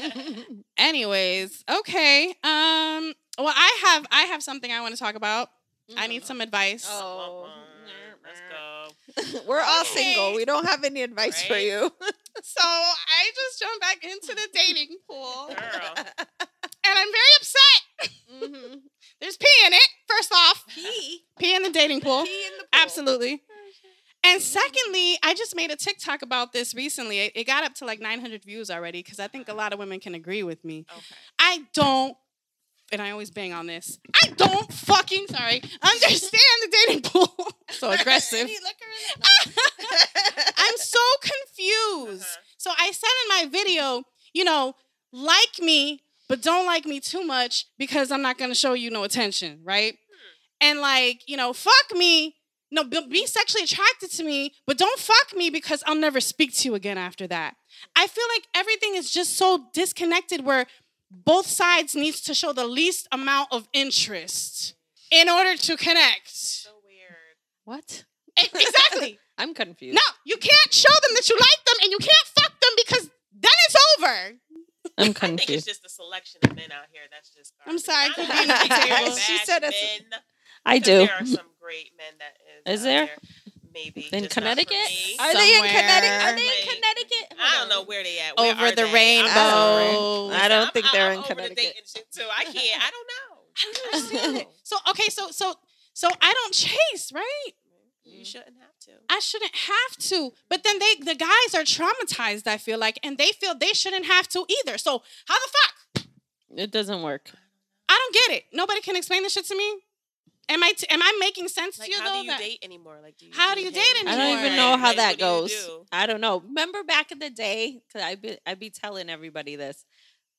Speaker 3: Anyways, okay. Um. Well, I have I have something I want to talk about. <laughs> I
Speaker 1: Mm. Mm-hmm.
Speaker 3: need some advice.
Speaker 4: Oh.
Speaker 2: Let's go.
Speaker 1: <laughs> We're all
Speaker 3: Okay.
Speaker 1: single. We don't have any advice for
Speaker 2: Right?
Speaker 1: you.
Speaker 3: <laughs> So I just jumped back
Speaker 1: <laughs>
Speaker 3: into the dating pool, and
Speaker 4: <laughs>
Speaker 2: Girl.
Speaker 3: I'm very upset.
Speaker 4: Mm-hmm.
Speaker 3: There's pee in it. First off,
Speaker 1: <laughs> Pee,
Speaker 3: pee in the dating pool.
Speaker 1: pee in the pool. Oh,
Speaker 3: Absolutely. And secondly, I just made a TikTok about this recently. It, it got up to like 900 views already because I think a lot of women can agree with me.
Speaker 2: Okay.
Speaker 3: I don't, and I always bang on this. I don't fucking sorry understand the dating pool. so <laughs> aggressive.
Speaker 1: Any liquor in <laughs>
Speaker 3: I'm so confused.
Speaker 2: Uh-huh.
Speaker 3: So I said in my video, you know, like me, but don't like me too much because I'm not gonna show you no attention, right? And like, you know, fuck me. No, b- be sexually attracted to me, but don't fuck me because I'll never speak to you again after that. I feel like everything is just so disconnected where both sides needs to show the least amount of interest in order to connect.
Speaker 2: So weird.
Speaker 4: What?
Speaker 3: E-
Speaker 2: <laughs>
Speaker 3: Exactly.
Speaker 4: I'm confused.
Speaker 3: No, you can't show them that you like them and you can't fuck them because then it's over.
Speaker 4: I'm
Speaker 2: I think it's
Speaker 4: confused.
Speaker 2: just the selection of men out here. That's just.
Speaker 3: I'm
Speaker 2: garbage.
Speaker 3: sorry,
Speaker 2: Not
Speaker 3: could
Speaker 2: that
Speaker 3: be
Speaker 2: I <laughs>
Speaker 3: anything
Speaker 2: bash
Speaker 3: terrible.
Speaker 4: She said it's-
Speaker 2: men,
Speaker 4: I
Speaker 2: 'cause
Speaker 4: do.
Speaker 2: There are some great men that is.
Speaker 4: Is
Speaker 2: out
Speaker 4: there?
Speaker 2: Maybe
Speaker 4: In
Speaker 2: just not for
Speaker 4: Connecticut?
Speaker 2: me.
Speaker 4: Are they in
Speaker 3: Somewhere.
Speaker 4: Connecticut? Are they in
Speaker 2: Like,
Speaker 4: Connecticut?
Speaker 2: I don't know where they at. Where
Speaker 3: Over
Speaker 2: are
Speaker 3: the
Speaker 2: they?
Speaker 3: rainbow.
Speaker 4: Oh, I don't think they're in
Speaker 2: I'm Over the
Speaker 4: Connecticut.
Speaker 2: dating shit too. I can't. I don't know. I don't know.
Speaker 3: So okay, so so so I don't chase, right?
Speaker 2: you shouldn't have to.
Speaker 3: I shouldn't have to. But then they the guys are traumatized, I feel like, and they feel they shouldn't have to either. So how the fuck?
Speaker 4: It doesn't work.
Speaker 3: I don't get it. Nobody can explain this shit to me. Am I t- am I making sense
Speaker 2: Like,
Speaker 3: to you
Speaker 2: how
Speaker 3: though?
Speaker 2: do you
Speaker 3: that-
Speaker 2: date anymore? Like, do you
Speaker 3: How do you date
Speaker 2: him?
Speaker 4: I don't even
Speaker 3: Right.
Speaker 4: know how
Speaker 2: Like,
Speaker 4: that
Speaker 2: what do you
Speaker 4: goes.
Speaker 2: do?
Speaker 4: I don't know. Remember back in the day, because I be I be telling everybody this.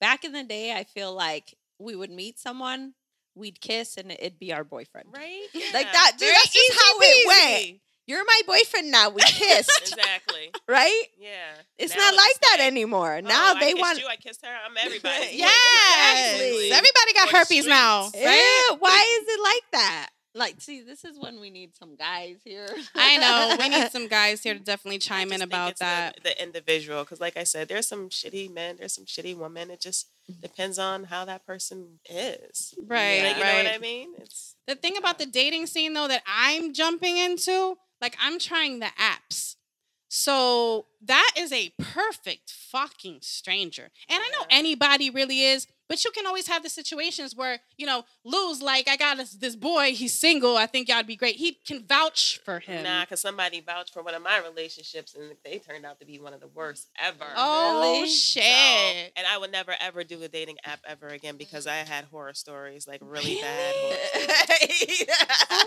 Speaker 4: Back in the day, I feel like we would meet someone, we'd kiss, and it'd be our boyfriend.
Speaker 2: Right?
Speaker 1: Like
Speaker 2: Yeah. <laughs>
Speaker 1: that, dude.
Speaker 2: Very
Speaker 1: That's just
Speaker 2: easy
Speaker 1: how it
Speaker 2: peasy.
Speaker 1: went. You're my boyfriend now. We
Speaker 2: <laughs>
Speaker 1: kissed,
Speaker 2: Exactly.
Speaker 1: right?
Speaker 2: Yeah.
Speaker 1: It's
Speaker 2: Now
Speaker 1: not like that
Speaker 2: like,
Speaker 1: anymore.
Speaker 2: oh,
Speaker 1: now
Speaker 2: I
Speaker 1: they
Speaker 2: kissed
Speaker 1: want.
Speaker 2: You, I kissed her.
Speaker 3: <laughs>
Speaker 2: I'm everybody.
Speaker 1: Yes.
Speaker 2: <laughs>
Speaker 3: Yes.
Speaker 1: Exactly.
Speaker 3: Everybody got
Speaker 2: Or the
Speaker 3: herpes now.
Speaker 2: streets. <laughs>
Speaker 3: Right?
Speaker 1: Ew, why is it like that?
Speaker 4: Like, see, this is when we need some guys here.
Speaker 3: I know. <laughs> We need some guys here to definitely
Speaker 2: I
Speaker 3: chime in
Speaker 2: just think
Speaker 3: about
Speaker 2: it's the-
Speaker 3: that.
Speaker 2: The, individual, because like I said, there's some shitty men, there's some shitty women. It just depends on how that person is.
Speaker 3: right,
Speaker 2: Like, you
Speaker 3: right.
Speaker 2: know what I mean? It's
Speaker 3: The thing about the dating scene though that I'm jumping into, like I'm trying the apps. So that is a perfect fucking stranger. And I know
Speaker 2: Yeah.
Speaker 3: anybody really is, but you can always have the situations where, you know, Lou's like, I got this, this boy, he's single, I think y'all'd be great. He can vouch for him.
Speaker 2: nah, because somebody vouched for one of my relationships, and they turned out to be one of the worst ever.
Speaker 3: Oh
Speaker 4: Really?
Speaker 3: shit.
Speaker 2: So- and I would never ever do a dating app ever again because I had horror stories, like really, bad. Horror <laughs>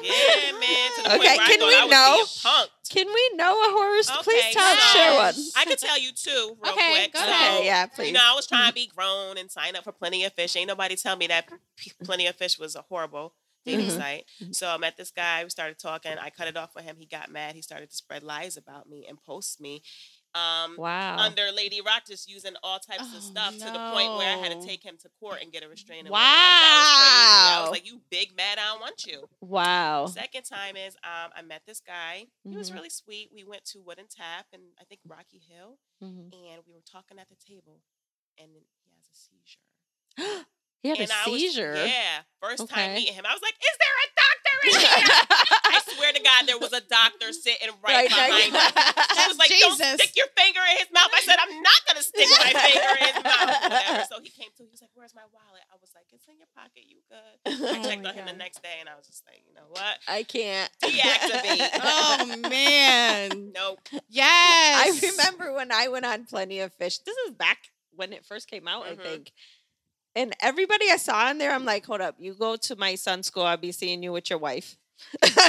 Speaker 2: Yeah, man. To
Speaker 1: Okay,
Speaker 2: the point where
Speaker 1: can
Speaker 2: I thought
Speaker 1: we
Speaker 2: I was
Speaker 1: know?
Speaker 2: being punked.
Speaker 4: Can we know a horror? s-
Speaker 2: Okay,
Speaker 4: Please tell
Speaker 2: so-
Speaker 4: share one.
Speaker 2: I could tell you too, real
Speaker 3: Okay,
Speaker 2: quick.
Speaker 3: go
Speaker 2: So, um,
Speaker 3: ahead.
Speaker 1: Okay, yeah,
Speaker 2: You
Speaker 1: please.
Speaker 2: know, I was trying to be grown and sign up for Plenty of Fish. Ain't nobody tell me that P- Plenty of Fish was a horrible dating
Speaker 4: Mhm.
Speaker 2: site. So I met this guy. We started talking. I cut it off with him. He got mad. He started to spread lies about me and post me. Um,
Speaker 4: Wow.
Speaker 2: Under Lady Rock, just using all types
Speaker 3: Oh,
Speaker 2: of stuff to the point where I had
Speaker 3: no.
Speaker 2: to take him to court and get a restraining order. Like, that was
Speaker 1: Wow.
Speaker 2: crazy. I was like, "You big mad? I don't want you."
Speaker 4: wow.
Speaker 2: Second time is um, I met this guy. He was
Speaker 4: Mhm.
Speaker 2: really sweet. We went to Wooden Tap and I think Rocky Hill,
Speaker 4: Mhm.
Speaker 2: and we were talking at the table, and then he has a seizure.
Speaker 4: He had
Speaker 2: and
Speaker 4: a
Speaker 2: I was-
Speaker 4: seizure. <laughs>
Speaker 2: yeah, first
Speaker 4: Okay.
Speaker 2: time meeting him, I was like, "Is there a doctor in here?" I swear to God, there was a doctor sitting right, behind us. She was like,
Speaker 3: Jesus.
Speaker 2: "Don't stick your finger in his mouth." I said, "I'm not gonna stick my finger in his mouth." Whatever. So he came to. He was like, "Where's my wallet?" I was like, "It's in your pocket. You
Speaker 3: Oh
Speaker 2: good?" I
Speaker 4: <laughs>
Speaker 2: checked
Speaker 3: my
Speaker 2: on him the
Speaker 3: God.
Speaker 2: next day, and I was just like, "You know what?
Speaker 1: I can't.
Speaker 2: Deactivate."
Speaker 3: Oh
Speaker 2: <laughs>
Speaker 3: man.
Speaker 2: Nope.
Speaker 1: I
Speaker 3: Yes. <laughs>
Speaker 1: remember when I went on Plenty of Fish. This is back
Speaker 4: when it first came out,
Speaker 3: Mm-hmm.
Speaker 2: Mhm.
Speaker 4: I think. And everybody I saw in there, I'm like, hold up, you go to my son's school, I'll be seeing you with your wife.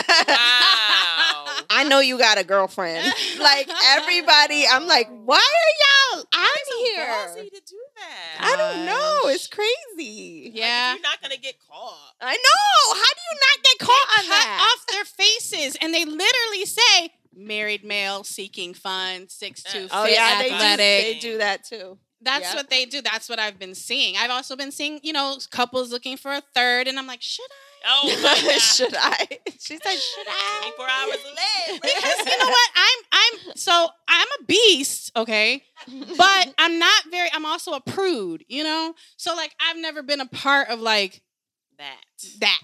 Speaker 2: Wow.
Speaker 1: <laughs> I know you got a girlfriend. like everybody, I'm
Speaker 3: <laughs>
Speaker 1: like, why are y'all? I'm here.
Speaker 2: Ballsy to do that.
Speaker 1: I don't know. It's crazy.
Speaker 3: Yeah.
Speaker 2: You're not gonna get caught.
Speaker 1: I know. How do you not get caught on
Speaker 3: cut
Speaker 1: that?
Speaker 3: off their faces and they literally say married male seeking fun six two
Speaker 2: Oh,
Speaker 3: fit
Speaker 2: yeah,
Speaker 1: Uh, they do,
Speaker 3: athletic
Speaker 1: they do that
Speaker 3: <laughs>
Speaker 1: too.
Speaker 3: that's
Speaker 1: yeah.
Speaker 3: what they do that's what i've been seeing i've also been seeing you know couples looking for a third and i'm like should i
Speaker 2: Oh
Speaker 4: <laughs>
Speaker 2: my god.
Speaker 1: <laughs> should I? She said, should I?
Speaker 2: 24 hours late.
Speaker 3: because you
Speaker 1: <laughs>
Speaker 3: know what i'm i'm so i'm a beast okay but i'm not very i'm also a prude you know so like i've never been a part of like
Speaker 2: That.
Speaker 3: that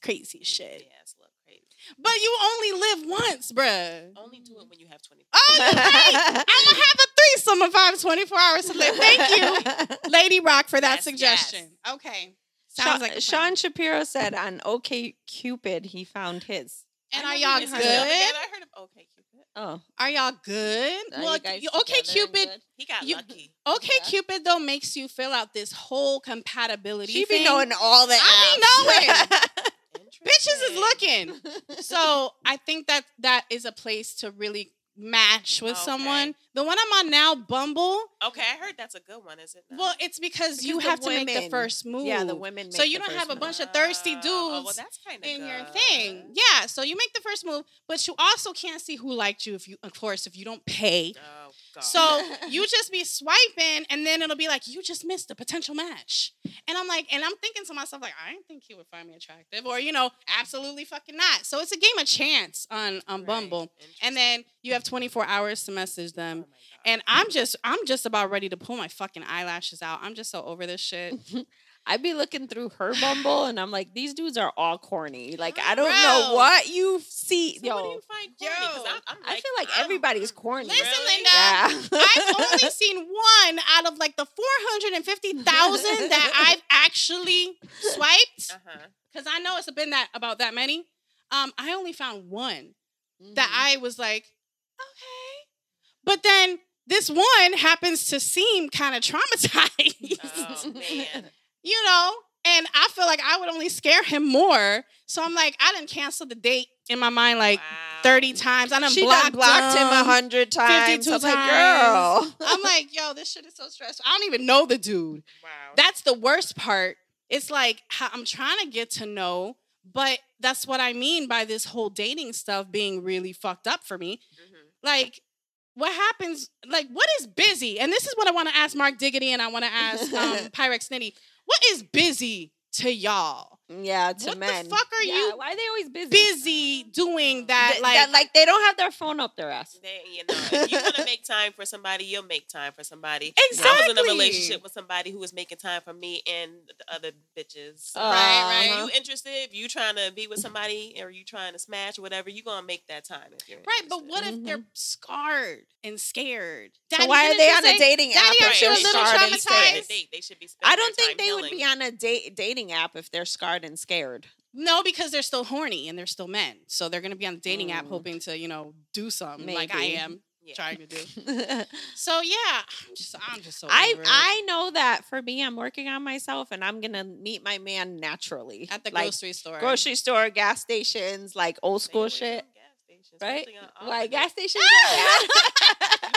Speaker 3: crazy
Speaker 2: Yeah,
Speaker 3: shit
Speaker 2: it's a little crazy.
Speaker 3: but you only live once bruh
Speaker 1: <laughs>
Speaker 2: Only do it when you have 24.
Speaker 3: oh you're right I'm gonna have a threesome if I have 24 hours <laughs> to live.
Speaker 4: <laughs>
Speaker 3: Thank you, Lady Rock, for that
Speaker 2: Yes,
Speaker 3: suggestion. Okay. Sounds
Speaker 4: Sean,
Speaker 3: like a plan.
Speaker 4: Sean Shapiro said on OK Cupid he found his.
Speaker 3: And are
Speaker 2: I never
Speaker 3: y'all
Speaker 2: even
Speaker 3: good?
Speaker 2: heard of that. I heard of OK Cupid.
Speaker 4: Oh,
Speaker 3: Are y'all good?
Speaker 4: are
Speaker 3: well,
Speaker 4: you guys
Speaker 3: you- okay,
Speaker 4: together and
Speaker 3: Cupid.
Speaker 4: good?
Speaker 2: He got
Speaker 3: You-
Speaker 2: lucky.
Speaker 3: Okay,
Speaker 4: Yeah.
Speaker 3: Cupid though makes you fill out this whole compatibility.
Speaker 1: She
Speaker 3: thing.
Speaker 1: be knowing all the
Speaker 3: I
Speaker 1: apps.
Speaker 3: Bitches is
Speaker 2: Interesting.
Speaker 3: looking. so I think that that is a place to really match with
Speaker 2: Okay.
Speaker 3: someone. The one I'm on now, Bumble.
Speaker 2: Okay, I heard that's a good one, is it? not?
Speaker 3: Well, it's because, you
Speaker 1: the
Speaker 3: have to make the
Speaker 1: women-
Speaker 3: first <laughs> move.
Speaker 4: yeah, the women.
Speaker 3: So
Speaker 4: make
Speaker 3: you
Speaker 4: the
Speaker 3: don't
Speaker 4: first
Speaker 3: have a
Speaker 4: move.
Speaker 3: bunch of thirsty
Speaker 2: Oh,
Speaker 3: dudes
Speaker 2: well, that's kind of
Speaker 3: in your thing. Yeah, so you make the first move, but you also can't see who liked you if you, of course, if you don't pay.
Speaker 2: Oh, God.
Speaker 3: So you just be swiping, and then it'll be like, you just missed a potential match. And I'm like, and I'm thinking to myself, like, I didn't think he would find me attractive, or you know, absolutely fucking not. So it's a game of chance on on
Speaker 2: Right.
Speaker 3: um, Bumble. And then you have 24 hours to message
Speaker 2: Interesting.
Speaker 3: them.
Speaker 2: Oh my God.
Speaker 3: And I'm just, I'm just about ready to pull my fucking eyelashes out. I'm just so over this
Speaker 2: <laughs>
Speaker 3: shit.
Speaker 4: <laughs> I'd be looking through her Bumble and I'm like, these dudes are all corny. Like, I don't know
Speaker 3: Bro.
Speaker 4: what you see.
Speaker 2: So
Speaker 4: yo,
Speaker 2: what do you find corny? 'Cause
Speaker 3: Yo.
Speaker 2: I'm, I'm
Speaker 4: I feel like
Speaker 2: I'm-
Speaker 4: everybody's
Speaker 2: I'm-
Speaker 4: corny.
Speaker 3: um, Listen,
Speaker 2: Really?
Speaker 3: Linda,
Speaker 4: yeah.
Speaker 3: I've only seen one out of like the 450,000
Speaker 4: <laughs>
Speaker 3: that I've actually swiped,
Speaker 2: Uh-huh.
Speaker 3: because I know it's been that about that many. Um, I only found one.
Speaker 4: <laughs>
Speaker 3: that I was like, okay. But then this one happens to seem kind of traumatized,
Speaker 2: <laughs>
Speaker 3: <laughs>
Speaker 2: Oh, man.
Speaker 3: you know? And I feel like I would only scare him more. So I'm like, I didn't cancel the date in my mind like
Speaker 2: Wow.
Speaker 3: 30 times. I done
Speaker 4: she
Speaker 3: blocked,
Speaker 4: done blocked him a hundred times.
Speaker 3: 52
Speaker 4: I'm like,
Speaker 3: times.
Speaker 4: girl. <laughs>
Speaker 3: I'm like, yo, this shit is so stressful. I don't even know the dude.
Speaker 2: Wow.
Speaker 3: That's the worst part. It's like how I'm trying to get to know, but that's what I mean by this whole dating stuff being really fucked up for me
Speaker 2: Mhm.
Speaker 3: like what happens like what is busy and this is what i want to ask mark diggity and i want to
Speaker 4: <laughs>
Speaker 3: ask um, pyrex nitty what is busy to y'all
Speaker 4: Yeah, to
Speaker 3: what
Speaker 4: men.
Speaker 3: the fuck are
Speaker 4: Yeah,
Speaker 3: you
Speaker 4: Why are they always busy?
Speaker 3: busy doing that
Speaker 4: Th-
Speaker 3: like,
Speaker 4: that, like they don't have their phone up their ass.
Speaker 2: They, you know, if you want to make time for somebody, you'll make time for somebody. I was in
Speaker 3: Exactly.
Speaker 2: a relationship with somebody who was making time for me and the other bitches.
Speaker 4: Uh,
Speaker 3: Right,
Speaker 2: If
Speaker 3: right.
Speaker 2: you interested, if you trying to be with somebody or you trying to smash or whatever, you gonna make that time if you're
Speaker 3: right but
Speaker 2: interested.
Speaker 3: what if they're scared and scared Daddy,
Speaker 4: Mm-hmm. so why are
Speaker 3: didn't
Speaker 4: they
Speaker 3: you
Speaker 4: on
Speaker 3: say-
Speaker 4: a dating
Speaker 3: Daddy,
Speaker 4: app?
Speaker 3: aren't
Speaker 4: if
Speaker 3: you a
Speaker 4: they're
Speaker 3: little
Speaker 4: scarred and scared?
Speaker 2: They should be on
Speaker 3: traumatized?
Speaker 2: a date. They should be spending
Speaker 4: I don't
Speaker 2: their
Speaker 4: think
Speaker 2: time
Speaker 4: they would
Speaker 2: yelling.
Speaker 4: be on a date dating app if they're scarred and scared. <laughs>
Speaker 3: no because they're still horny and they're still men so they're gonna be on the dating app
Speaker 4: Mm.
Speaker 3: hoping to you know do something like i
Speaker 4: Maybe.
Speaker 3: am
Speaker 2: Yeah.
Speaker 3: trying to do
Speaker 4: <laughs> I
Speaker 3: so yeah i'm just i'm just so over it.
Speaker 4: I know that for me, I'm working on myself, and I'm gonna meet my man naturally
Speaker 3: at the
Speaker 4: like,
Speaker 3: grocery store
Speaker 4: grocery store, gas stations, like old
Speaker 2: Stay
Speaker 4: school
Speaker 2: away
Speaker 4: shit,
Speaker 2: from gas stations,
Speaker 4: right?
Speaker 2: especially on all
Speaker 4: Like
Speaker 2: of
Speaker 4: gas
Speaker 2: them.
Speaker 4: stations. are bad.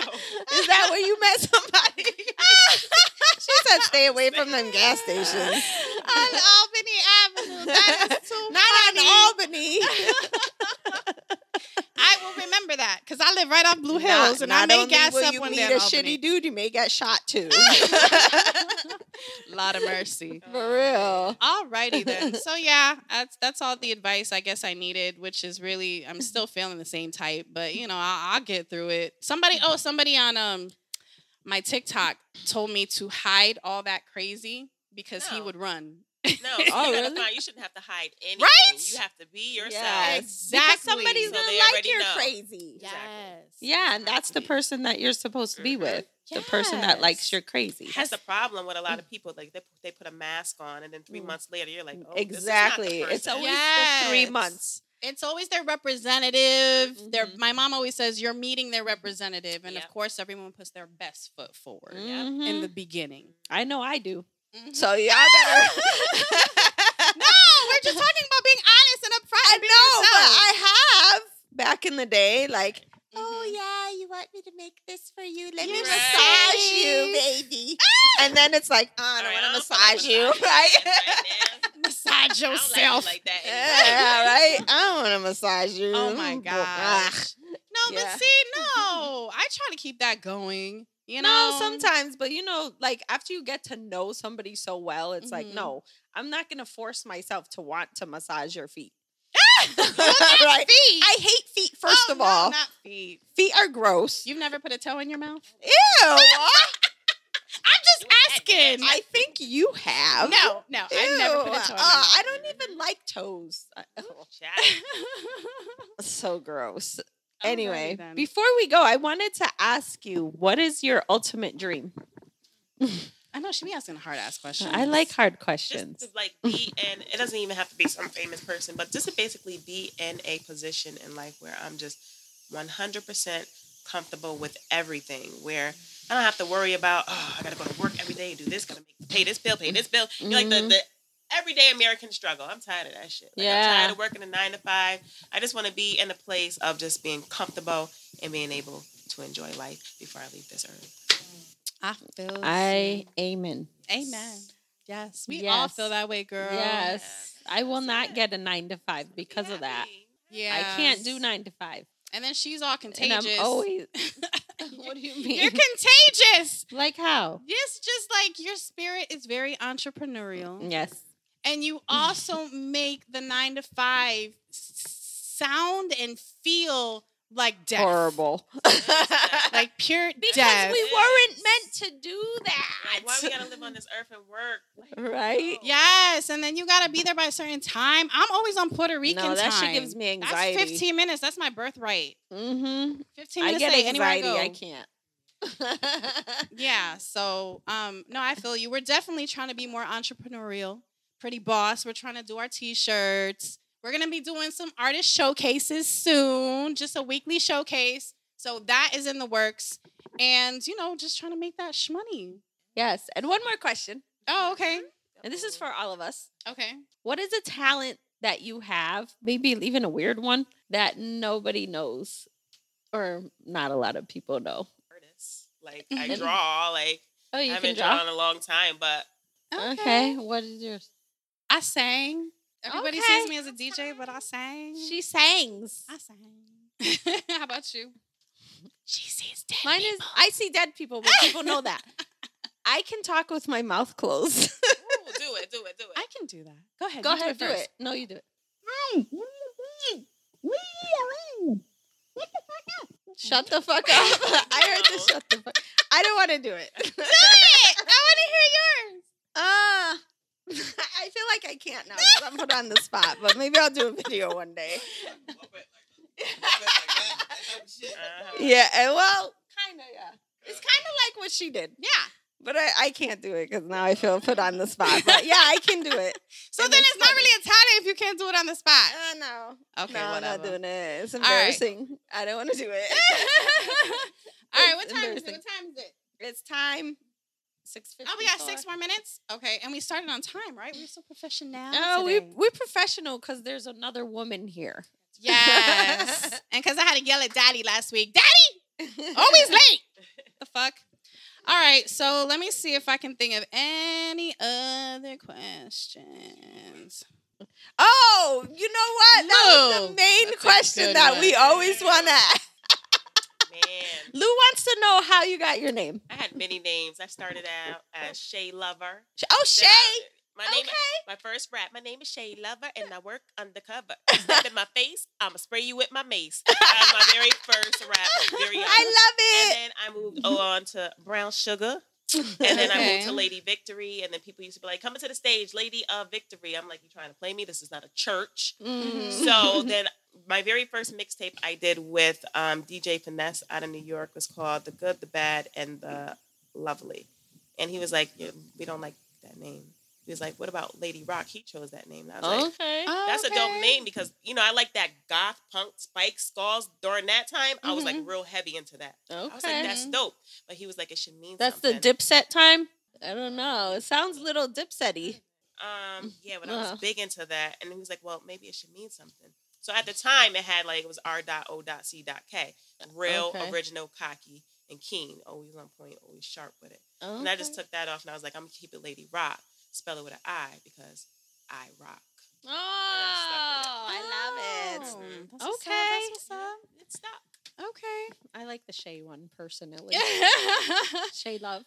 Speaker 4: <laughs>
Speaker 2: <laughs>
Speaker 4: Is that where you met somebody? <laughs> she said, "Stay
Speaker 3: <laughs>
Speaker 4: away from them gas stations." <laughs>
Speaker 3: on Albany Avenue. That is too
Speaker 4: Not
Speaker 3: funny.
Speaker 4: on Albany. <laughs>
Speaker 3: I will remember that because I live right off Blue Hills,
Speaker 4: Not-
Speaker 3: and I
Speaker 4: not
Speaker 3: may
Speaker 4: only
Speaker 3: gas
Speaker 4: will
Speaker 3: up
Speaker 4: you
Speaker 3: one
Speaker 4: meet
Speaker 3: day.
Speaker 4: a shitty dude, you may get shot too.
Speaker 3: Lot of mercy.
Speaker 4: <laughs> For real.
Speaker 3: Alrighty <laughs> then. So yeah, that's that's all the advice I guess I needed, which is really I'm still feeling the same type, but you know I'll, I'll get through it. Somebody, oh somebody on um my TikTok told me to hide all that crazy because he
Speaker 2: No.
Speaker 3: would run.
Speaker 2: No, you, <laughs>
Speaker 4: Oh,
Speaker 2: gotta
Speaker 4: really?
Speaker 2: find- you shouldn't have to hide anything.
Speaker 3: Right?
Speaker 2: You have to be yourself.
Speaker 4: Yes.
Speaker 3: Exactly.
Speaker 4: Because somebody's
Speaker 2: So
Speaker 4: gonna
Speaker 2: they
Speaker 4: like
Speaker 2: already
Speaker 4: you're
Speaker 2: know.
Speaker 4: crazy.
Speaker 2: Yeah.
Speaker 4: Yeah, Mm-hmm. and that's the
Speaker 3: Exactly.
Speaker 4: person that you're supposed to be
Speaker 2: Mhm.
Speaker 4: with. The person that likes
Speaker 3: Yes.
Speaker 4: you're crazy.
Speaker 2: That's the problem with a lot of people. Like they, they put a mask on, and then three
Speaker 4: Mm.
Speaker 2: months later, you're like, oh,
Speaker 4: exactly.
Speaker 2: This is
Speaker 4: It's
Speaker 2: not the person.
Speaker 4: always the three
Speaker 3: Yes.
Speaker 4: months.
Speaker 3: It's always their representative. Their
Speaker 4: Mhm.
Speaker 3: my mom always says you're meeting their representative, and
Speaker 2: Yep.
Speaker 3: of course everyone puts their best foot forward in
Speaker 4: Mhm.
Speaker 3: the beginning.
Speaker 4: I know I do.
Speaker 3: Mhm.
Speaker 4: Mm-hmm. So yeah, I <laughs> better.
Speaker 3: no, we're just talking about being honest and upfront.
Speaker 4: I
Speaker 3: and being
Speaker 4: know, Oh, but
Speaker 3: yourself.
Speaker 4: I have back in the day, like, oh
Speaker 3: Mhm.
Speaker 4: yeah, you want me to make this for you? Let me
Speaker 3: You're
Speaker 4: massage you, baby.
Speaker 3: Ah!
Speaker 4: and then it's like, oh, I
Speaker 2: All
Speaker 4: don't
Speaker 2: right,
Speaker 4: want to
Speaker 2: don't fuck
Speaker 4: massage
Speaker 2: with
Speaker 4: you, <laughs>
Speaker 2: massages
Speaker 4: right? <laughs>
Speaker 2: right now.
Speaker 3: massage
Speaker 2: I don't
Speaker 3: yourself.
Speaker 2: Like you like
Speaker 4: yeah,
Speaker 2: that.
Speaker 4: right. I don't want to massage you. ah.
Speaker 3: oh my
Speaker 4: Ugh.
Speaker 3: gosh. No,
Speaker 4: Yeah.
Speaker 3: but
Speaker 4: <laughs>
Speaker 3: see, no, I try to keep that going. You know,
Speaker 4: no,
Speaker 3: <laughs>
Speaker 4: sometimes, but you know, like after you get to know somebody so well, it's like,
Speaker 3: Mhm.
Speaker 4: no, I'm not gonna force myself to want to massage your feet. <laughs>
Speaker 3: right.
Speaker 4: right?
Speaker 3: Ah! feet.
Speaker 4: I hate feet. First
Speaker 3: Oh,
Speaker 4: of
Speaker 3: no,
Speaker 4: all,
Speaker 3: not feet.
Speaker 4: feet are gross.
Speaker 3: You've never put a toe in your mouth.
Speaker 4: <laughs> Ew.
Speaker 3: I'm just asking.
Speaker 4: I think you have. <laughs>
Speaker 3: no, no, I've never put a toe in
Speaker 4: Ew.
Speaker 3: my
Speaker 4: Uh,
Speaker 3: mouth.
Speaker 4: I don't even like toes. I-
Speaker 2: <laughs>
Speaker 4: ugh, Ah. <laughs> so gross. anyway,
Speaker 3: Alrighty then.
Speaker 4: before we go, I wanted to ask you, what is your ultimate dream?
Speaker 3: <laughs> I know she be asking hard ass questions.
Speaker 4: Uh, I like hard
Speaker 2: Just
Speaker 4: questions.
Speaker 2: to
Speaker 4: <laughs>
Speaker 2: like be in, it doesn't even have to be some famous person, but just to basically be in a position in life where I'm just 100% comfortable with everything, where I don't have to worry about, oh, I gotta go to work every day, do this, gotta make, pay this bill, pay this bill. You know, like the,
Speaker 4: Mhm.
Speaker 2: the everyday American struggle. I'm tired of that shit. Like,
Speaker 4: Yeah.
Speaker 2: I'm tired of working a nine to five. I just wanna be in a place of just being comfortable and being able to enjoy life before I leave this earth.
Speaker 3: I feel.
Speaker 4: I amen.
Speaker 3: Amen. Yes, we all
Speaker 4: Yes.
Speaker 3: feel that way, girl.
Speaker 4: Yes. I will not get a nine to five because of that.
Speaker 2: Happy.
Speaker 3: Yeah.
Speaker 4: I can't do nine to five.
Speaker 3: And then she's all
Speaker 4: And
Speaker 3: contagious.
Speaker 4: I'm always. <laughs> what <laughs> do you
Speaker 3: <laughs>
Speaker 4: mean?
Speaker 3: You're contagious.
Speaker 4: like how?
Speaker 3: Yes, just like your spirit is very entrepreneurial.
Speaker 4: Yes.
Speaker 3: and you
Speaker 4: <laughs>
Speaker 3: also make the nine to five s- sound and feel like death,
Speaker 4: Horrible. <laughs>
Speaker 3: like pure
Speaker 4: because
Speaker 3: death.
Speaker 4: we weren't meant to do
Speaker 2: Like, why we
Speaker 4: that.
Speaker 2: gotta live on this earth and work?
Speaker 4: <laughs>
Speaker 2: Like,
Speaker 4: Right?
Speaker 3: yes, and then you gotta be there by a certain time. I'm always on Puerto Rican
Speaker 4: no, that
Speaker 3: time.
Speaker 4: shit gives me
Speaker 3: That's
Speaker 4: anxiety.
Speaker 3: 15 minutes. That's my birthright.
Speaker 4: Mm-hmm.
Speaker 3: 15
Speaker 4: I
Speaker 3: minutes
Speaker 4: get
Speaker 3: late anywhere I
Speaker 4: anxiety.
Speaker 3: go.
Speaker 4: I can't. <laughs>
Speaker 3: Yeah. So, um, no, I feel you. We're definitely trying to be more entrepreneurial, pretty boss. We're trying to do our t-shirts. We're gonna be doing some artist showcases soon, just a weekly showcase. So that is in the works, and you know, just trying to make that shmoney.
Speaker 4: yes. And one more question.
Speaker 3: Oh, okay,
Speaker 4: And this is for all of us.
Speaker 3: okay.
Speaker 4: What is a talent that you have, maybe even a weird one, that nobody knows or not a lot of people know?
Speaker 2: artists. Like I draw. Like
Speaker 4: Oh, Mm-hmm.
Speaker 2: I
Speaker 4: you can
Speaker 2: haven't
Speaker 4: draw?
Speaker 2: drawn in a long time, but
Speaker 4: <laughs> Okay. What is yours?
Speaker 3: I sang. Everybody
Speaker 4: Okay.
Speaker 3: sees me as a DJ, but I sang.
Speaker 4: She sings.
Speaker 3: I sang. <laughs> How about you? She sees dead.
Speaker 4: Mine is, I see dead people, but people know <laughs> that. I can talk with my mouth closed.
Speaker 2: Ooh, do it, do it, do
Speaker 3: I can do that. Go ahead.
Speaker 4: Go
Speaker 3: you
Speaker 4: ahead, do
Speaker 3: first.
Speaker 4: it. No, you do it. Shut the fuck up. <laughs> I heard the shut the fuck. I don't want to do it. Do it. I want to hear yours. <laughs> Uh, <laughs> I feel like I can't now because I'm put on the spot, but maybe I'll do a video one day.
Speaker 2: it. Uh-huh.
Speaker 4: Yeah, and well, kind of, yeah. It's kind of like what she did,
Speaker 3: Yeah.
Speaker 4: but I, I can't do it because now I feel put on the spot. <laughs> But yeah, I can do it.
Speaker 3: So
Speaker 4: And
Speaker 3: then
Speaker 4: it's
Speaker 3: it's not really a talent if you can't do it on the spot.
Speaker 4: Uh, no.
Speaker 3: Okay,
Speaker 4: no, I'm
Speaker 3: whatever.
Speaker 4: not doing it. It's
Speaker 3: right.
Speaker 4: embarrassing. I don't want to do it. <laughs>
Speaker 3: All right, what
Speaker 4: It's
Speaker 3: time is it?
Speaker 4: embarrassing.
Speaker 3: What time is it?
Speaker 4: it's time. Six fifty.
Speaker 3: Oh, we got six more minutes. Okay, and we started on time, right? We're so professional.
Speaker 4: No, Oh, we <laughs>
Speaker 3: today.
Speaker 4: we're professional because there's another woman <laughs> here.
Speaker 3: yes, and because I had to yell at Daddy last week.
Speaker 4: <laughs>
Speaker 3: Daddy, always late. the fuck. All right, so let me see if I can think of any other questions.
Speaker 4: Oh, you know what? That was
Speaker 3: No.
Speaker 4: the main
Speaker 3: That's a
Speaker 4: question
Speaker 3: good
Speaker 4: that
Speaker 3: one.
Speaker 4: we always want to ask.
Speaker 2: Man,
Speaker 4: Lou wants to know how you got your name.
Speaker 2: I had many names. I started out as Shay Lover.
Speaker 4: Sh- Oh,
Speaker 2: Then
Speaker 4: Shay.
Speaker 2: I- My name,
Speaker 4: Okay.
Speaker 2: my first rap. My name is Shay Lover, and I work
Speaker 4: <laughs>
Speaker 2: undercover. Step in my face, I'ma spray you with my mace. That was my very first rap. Very young.
Speaker 4: <laughs> I love
Speaker 2: and
Speaker 4: it.
Speaker 2: then I moved on to Brown Sugar. And then I
Speaker 3: Okay.
Speaker 2: moved to Lady Victory, and then people used to be like, "Coming to the stage, Lady of Victory." I'm like, "You trying to play me? This is not a church."
Speaker 4: Mhm. <laughs>
Speaker 2: So then, my very first mixtape I did with um, DJ Finesse out of New York was called "The Good, the Bad, and the Lovely," and he was like, yeah, "We don't like that name." He was like, "What about Lady Rock?" He chose that name. And I was like,
Speaker 4: okay.
Speaker 2: that's a dope name because you know I like that goth punk spike skulls. During that time, I was like real heavy into that. I was like,
Speaker 4: Mm-hmm. Okay.
Speaker 2: that's dope. But he was like, it should mean
Speaker 4: That's the
Speaker 2: something.
Speaker 4: dipset time. I don't know. It sounds little dipsetty.
Speaker 3: Mm,
Speaker 2: Um, yeah, but I
Speaker 4: Uh-huh.
Speaker 2: was big into that, and he was like, "Well, maybe it should mean something." So at the time, it had like it was r.o.c.k, real,
Speaker 4: Okay.
Speaker 2: original, cocky, and keen. Always on point, always sharp with it.
Speaker 4: Okay.
Speaker 2: And I just took that off, and I was like, "I'm gonna keep it, Lady Rock. Spell it with an I because I rock."
Speaker 4: Oh,
Speaker 2: Oh,
Speaker 4: I love it.
Speaker 3: Oh,
Speaker 2: Mm-hmm.
Speaker 3: That's what's up,
Speaker 4: Okay.
Speaker 3: that's what's up.
Speaker 2: It stuck.
Speaker 3: Okay.
Speaker 4: I like the Shay one personally. <laughs>
Speaker 2: <laughs>
Speaker 4: Shay Love.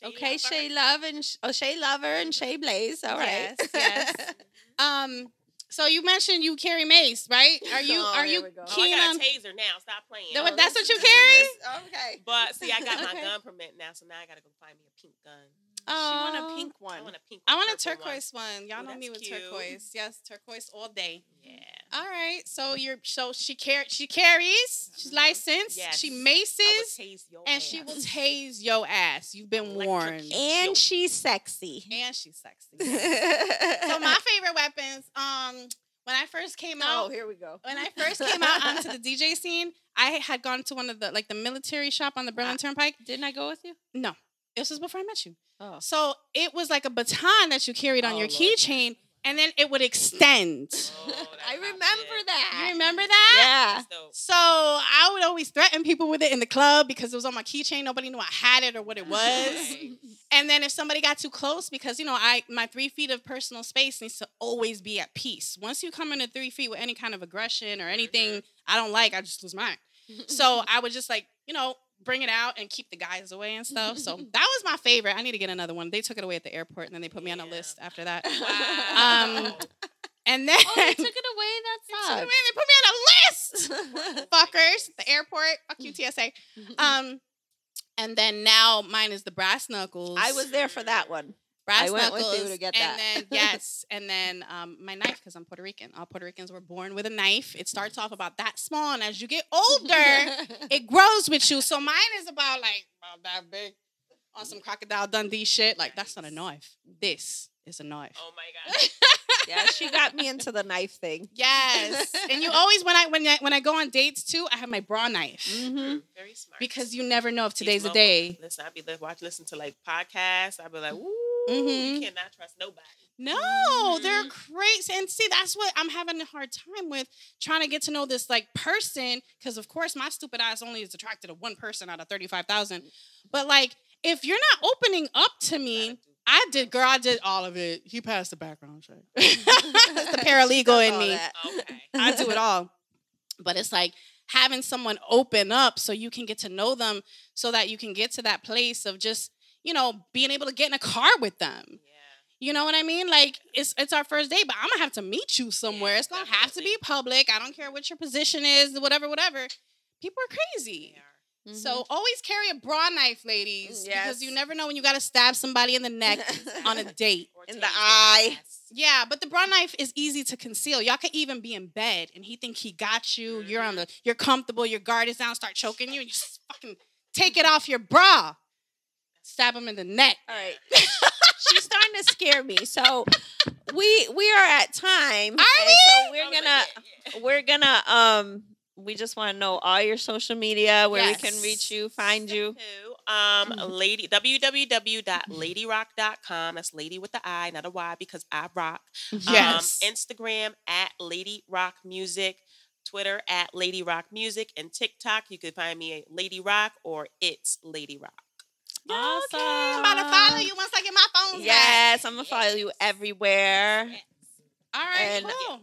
Speaker 2: Shady
Speaker 4: okay,
Speaker 2: at first.
Speaker 4: Shay Love and Sh- oh, Shay Lover and Shay Blaze. All right.
Speaker 3: Yes,
Speaker 4: <laughs>
Speaker 3: yes. um. So you mentioned you carry mace, right? Are you
Speaker 4: Oh,
Speaker 3: are
Speaker 4: here
Speaker 3: you
Speaker 4: we go. Oh,
Speaker 2: Oh,
Speaker 3: keen
Speaker 2: I got
Speaker 3: on?
Speaker 2: a taser now. Stop playing.
Speaker 3: That what-
Speaker 4: Oh,
Speaker 3: that's what
Speaker 4: this
Speaker 3: you
Speaker 4: is-
Speaker 3: carry?
Speaker 4: Okay.
Speaker 2: But see, I got my
Speaker 4: Okay.
Speaker 2: gun permit now, so now I gotta go find me a pink gun.
Speaker 4: she want
Speaker 3: Aw.
Speaker 4: a pink one.
Speaker 2: I want a pink.
Speaker 3: oh, I
Speaker 2: one,
Speaker 3: want a
Speaker 2: purple one.
Speaker 3: turquoise one. Y'all
Speaker 2: Ooh,
Speaker 3: know me with
Speaker 2: that's cute.
Speaker 3: turquoise. Yes, turquoise all day.
Speaker 2: Yeah.
Speaker 3: All right. So you're so she car- she carries, she's
Speaker 2: Mhm.
Speaker 3: licensed,
Speaker 2: Yes.
Speaker 3: she
Speaker 2: I
Speaker 3: maces,
Speaker 2: would tase your
Speaker 3: and she will
Speaker 2: ass.
Speaker 3: tase yo ass. You've been
Speaker 2: Electrocute.
Speaker 3: warned.
Speaker 2: Yo.
Speaker 4: and she's sexy.
Speaker 3: And she's <laughs>
Speaker 2: <laughs>
Speaker 3: sexy. so
Speaker 4: so
Speaker 3: <laughs> my favorite weapons, um, when I first came
Speaker 4: Oh,
Speaker 3: out,
Speaker 4: here we go.
Speaker 3: when I
Speaker 4: <laughs>
Speaker 3: first came out <laughs> onto the DJ scene, I had gone to one of the like the military shop on the
Speaker 4: Ah.
Speaker 3: Berlin Turnpike.
Speaker 4: Didn't I go with you?
Speaker 3: No. This was before I met you.
Speaker 4: Oh.
Speaker 3: So it was like a baton that you carried on
Speaker 4: Oh,
Speaker 3: your
Speaker 4: Lord.
Speaker 3: keychain. and then it would extend.
Speaker 2: <laughs>
Speaker 1: I remember
Speaker 3: You
Speaker 1: that.
Speaker 3: remember that?
Speaker 4: Yeah.
Speaker 3: So I would always threaten people with it in the club because it was on my keychain. Nobody knew I had it or what
Speaker 4: <laughs>
Speaker 1: <laughs>
Speaker 3: it was. and then if somebody got too close, because you know, I my three feet of personal space needs to always be at peace. Once you come into three feet with any kind of aggression or
Speaker 4: Mm-hmm.
Speaker 3: anything I don't like, I just lose mine. <laughs> so I would just like, you know, bring it out and keep the guys away and stuff.
Speaker 4: <laughs>
Speaker 3: So that was my favorite. I need to get another one. They took it away at the airport and then they put me on a
Speaker 2: Yeah.
Speaker 3: list after
Speaker 4: <laughs>
Speaker 3: that.
Speaker 2: Wow.
Speaker 3: Um, and then
Speaker 5: Oh, they
Speaker 3: <laughs>
Speaker 5: took it away. That's
Speaker 3: took it
Speaker 5: sucks.
Speaker 3: away and they put me on a
Speaker 1: <laughs>
Speaker 3: list
Speaker 4: <laughs>
Speaker 3: fuckers, the airport, fuck you, TSA. Um, and then now mine is the brass knuckles.
Speaker 1: I was there for that one.
Speaker 3: brass
Speaker 4: I went with you
Speaker 3: knuckles,
Speaker 4: to get that.
Speaker 3: And
Speaker 4: <laughs>
Speaker 3: then yes, and then um, my knife because I'm Puerto Rican. All Puerto Ricans were born with a knife. It starts off about that small, and as you
Speaker 4: <laughs>
Speaker 3: get older,
Speaker 1: <laughs>
Speaker 3: it grows with you. So mine is about like about that big, on some crocodile Dundee shit. Like that's not a knife. This is a knife.
Speaker 2: Oh my god.
Speaker 4: Yeah, she got
Speaker 1: Got me into the knife thing.
Speaker 3: Yes, and you always when I when I when I go on dates too, I have my bra knife
Speaker 4: Mm.
Speaker 2: Very smart.
Speaker 3: because you never know if
Speaker 2: These
Speaker 3: today's a
Speaker 2: motherfuckers-
Speaker 3: day.
Speaker 2: Listen, I'd be li- watch listen to like podcasts. I'd be like, ooh,
Speaker 3: Mhm.
Speaker 2: you cannot trust nobody.
Speaker 3: No, they're crazy. And see, that's what I'm having a hard time with trying to get to know this like person. Cause of course my stupid eyes only is attracted to one person out of 35,000. But like, if you're not opening up to me, I did, girl, I did all of it. He passed the background check. <laughs> That's the paralegal in
Speaker 1: All
Speaker 3: me.
Speaker 1: that.
Speaker 2: Okay.
Speaker 3: I do it all. But it's like having someone open up so you can get to know them so that you can get to that place of just, you know, being able to get in a car with them. <laughs>
Speaker 2: Yeah.
Speaker 3: You know what I mean? Like it's it's our first date, but I'm gonna have to meet you somewhere. it's gonna have to be public. I don't care what your position is, whatever, whatever. People are crazy.
Speaker 2: They are.
Speaker 3: So always carry a bra knife, ladies, because
Speaker 4: Yes.
Speaker 3: you never know when you gotta stab somebody in the
Speaker 4: <laughs>
Speaker 3: neck on a date.
Speaker 2: Or
Speaker 1: Mm-hmm. <laughs> In
Speaker 2: titties
Speaker 1: the
Speaker 2: their
Speaker 1: eye.
Speaker 2: ass.
Speaker 3: Yeah, but the bra knife is easy to conceal. Y'all could even be in bed and he think he got you. You're on
Speaker 4: Mm-hmm.
Speaker 3: the you're comfortable, your guard is down, start choking you, and you just fucking take it off your bra. Stab him in the neck.
Speaker 1: All right.
Speaker 4: <laughs> she's starting to scare me. So we we are at time.
Speaker 3: Are
Speaker 4: and So
Speaker 2: I
Speaker 4: we're
Speaker 2: was like,
Speaker 4: gonna
Speaker 2: Oh, yeah, yeah.
Speaker 4: we're gonna um we just want to know all your social media where we
Speaker 3: Yes.
Speaker 4: can reach you, <laughs> find
Speaker 2: <laughs>
Speaker 4: you.
Speaker 2: Who, Um, lady www.ladyrock.com. That's lady with the I, not a Y, because I rock.
Speaker 3: Yes.
Speaker 2: Um, Instagram at Lady Rock Music, Twitter at Lady Rock Music, and TikTok. You could find me at Lady Rock or It's Lady Rock.
Speaker 4: Awesome.
Speaker 3: I'm about to follow you once I get my phone back.
Speaker 4: Yes, I'm gonna follow you everywhere.
Speaker 3: All right,
Speaker 4: And-
Speaker 3: cool.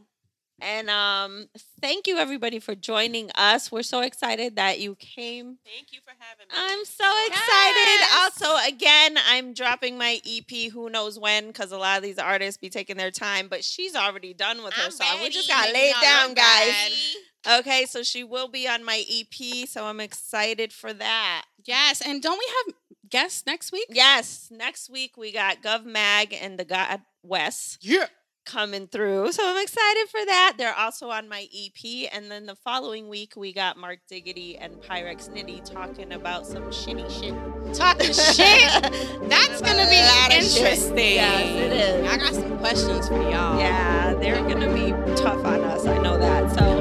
Speaker 4: And um, thank you everybody for joining us. We're so excited that you came.
Speaker 2: Thank you for having me.
Speaker 4: I'm so excited. Also, again, I'm dropping my EP who knows when because a lot of these artists be taking their time, but she's already done with her
Speaker 2: I'm
Speaker 4: song. We just
Speaker 2: ready.
Speaker 4: got laid
Speaker 3: Y'all,
Speaker 4: down,
Speaker 3: I'm
Speaker 4: guys.
Speaker 3: ready.
Speaker 4: Okay, so she will be on my EP, so I'm excited for that.
Speaker 3: Yes, and don't we have guests next week?
Speaker 4: Yes, next week we got Gov Mag and the God West
Speaker 3: Yeah.
Speaker 4: coming through. So I'm excited for that. They're also on my EP. And then the following week, we got Mark Diggity and Pyrex Nitty talking about some shitty shit.
Speaker 3: Talking shit.
Speaker 4: <laughs>
Speaker 3: That's gonna
Speaker 4: A lot
Speaker 3: be
Speaker 4: of shit.
Speaker 3: interesting.
Speaker 4: Yes, it is.
Speaker 3: I got some questions for y'all.
Speaker 4: Yeah, they're going to be tough on us. I know that. So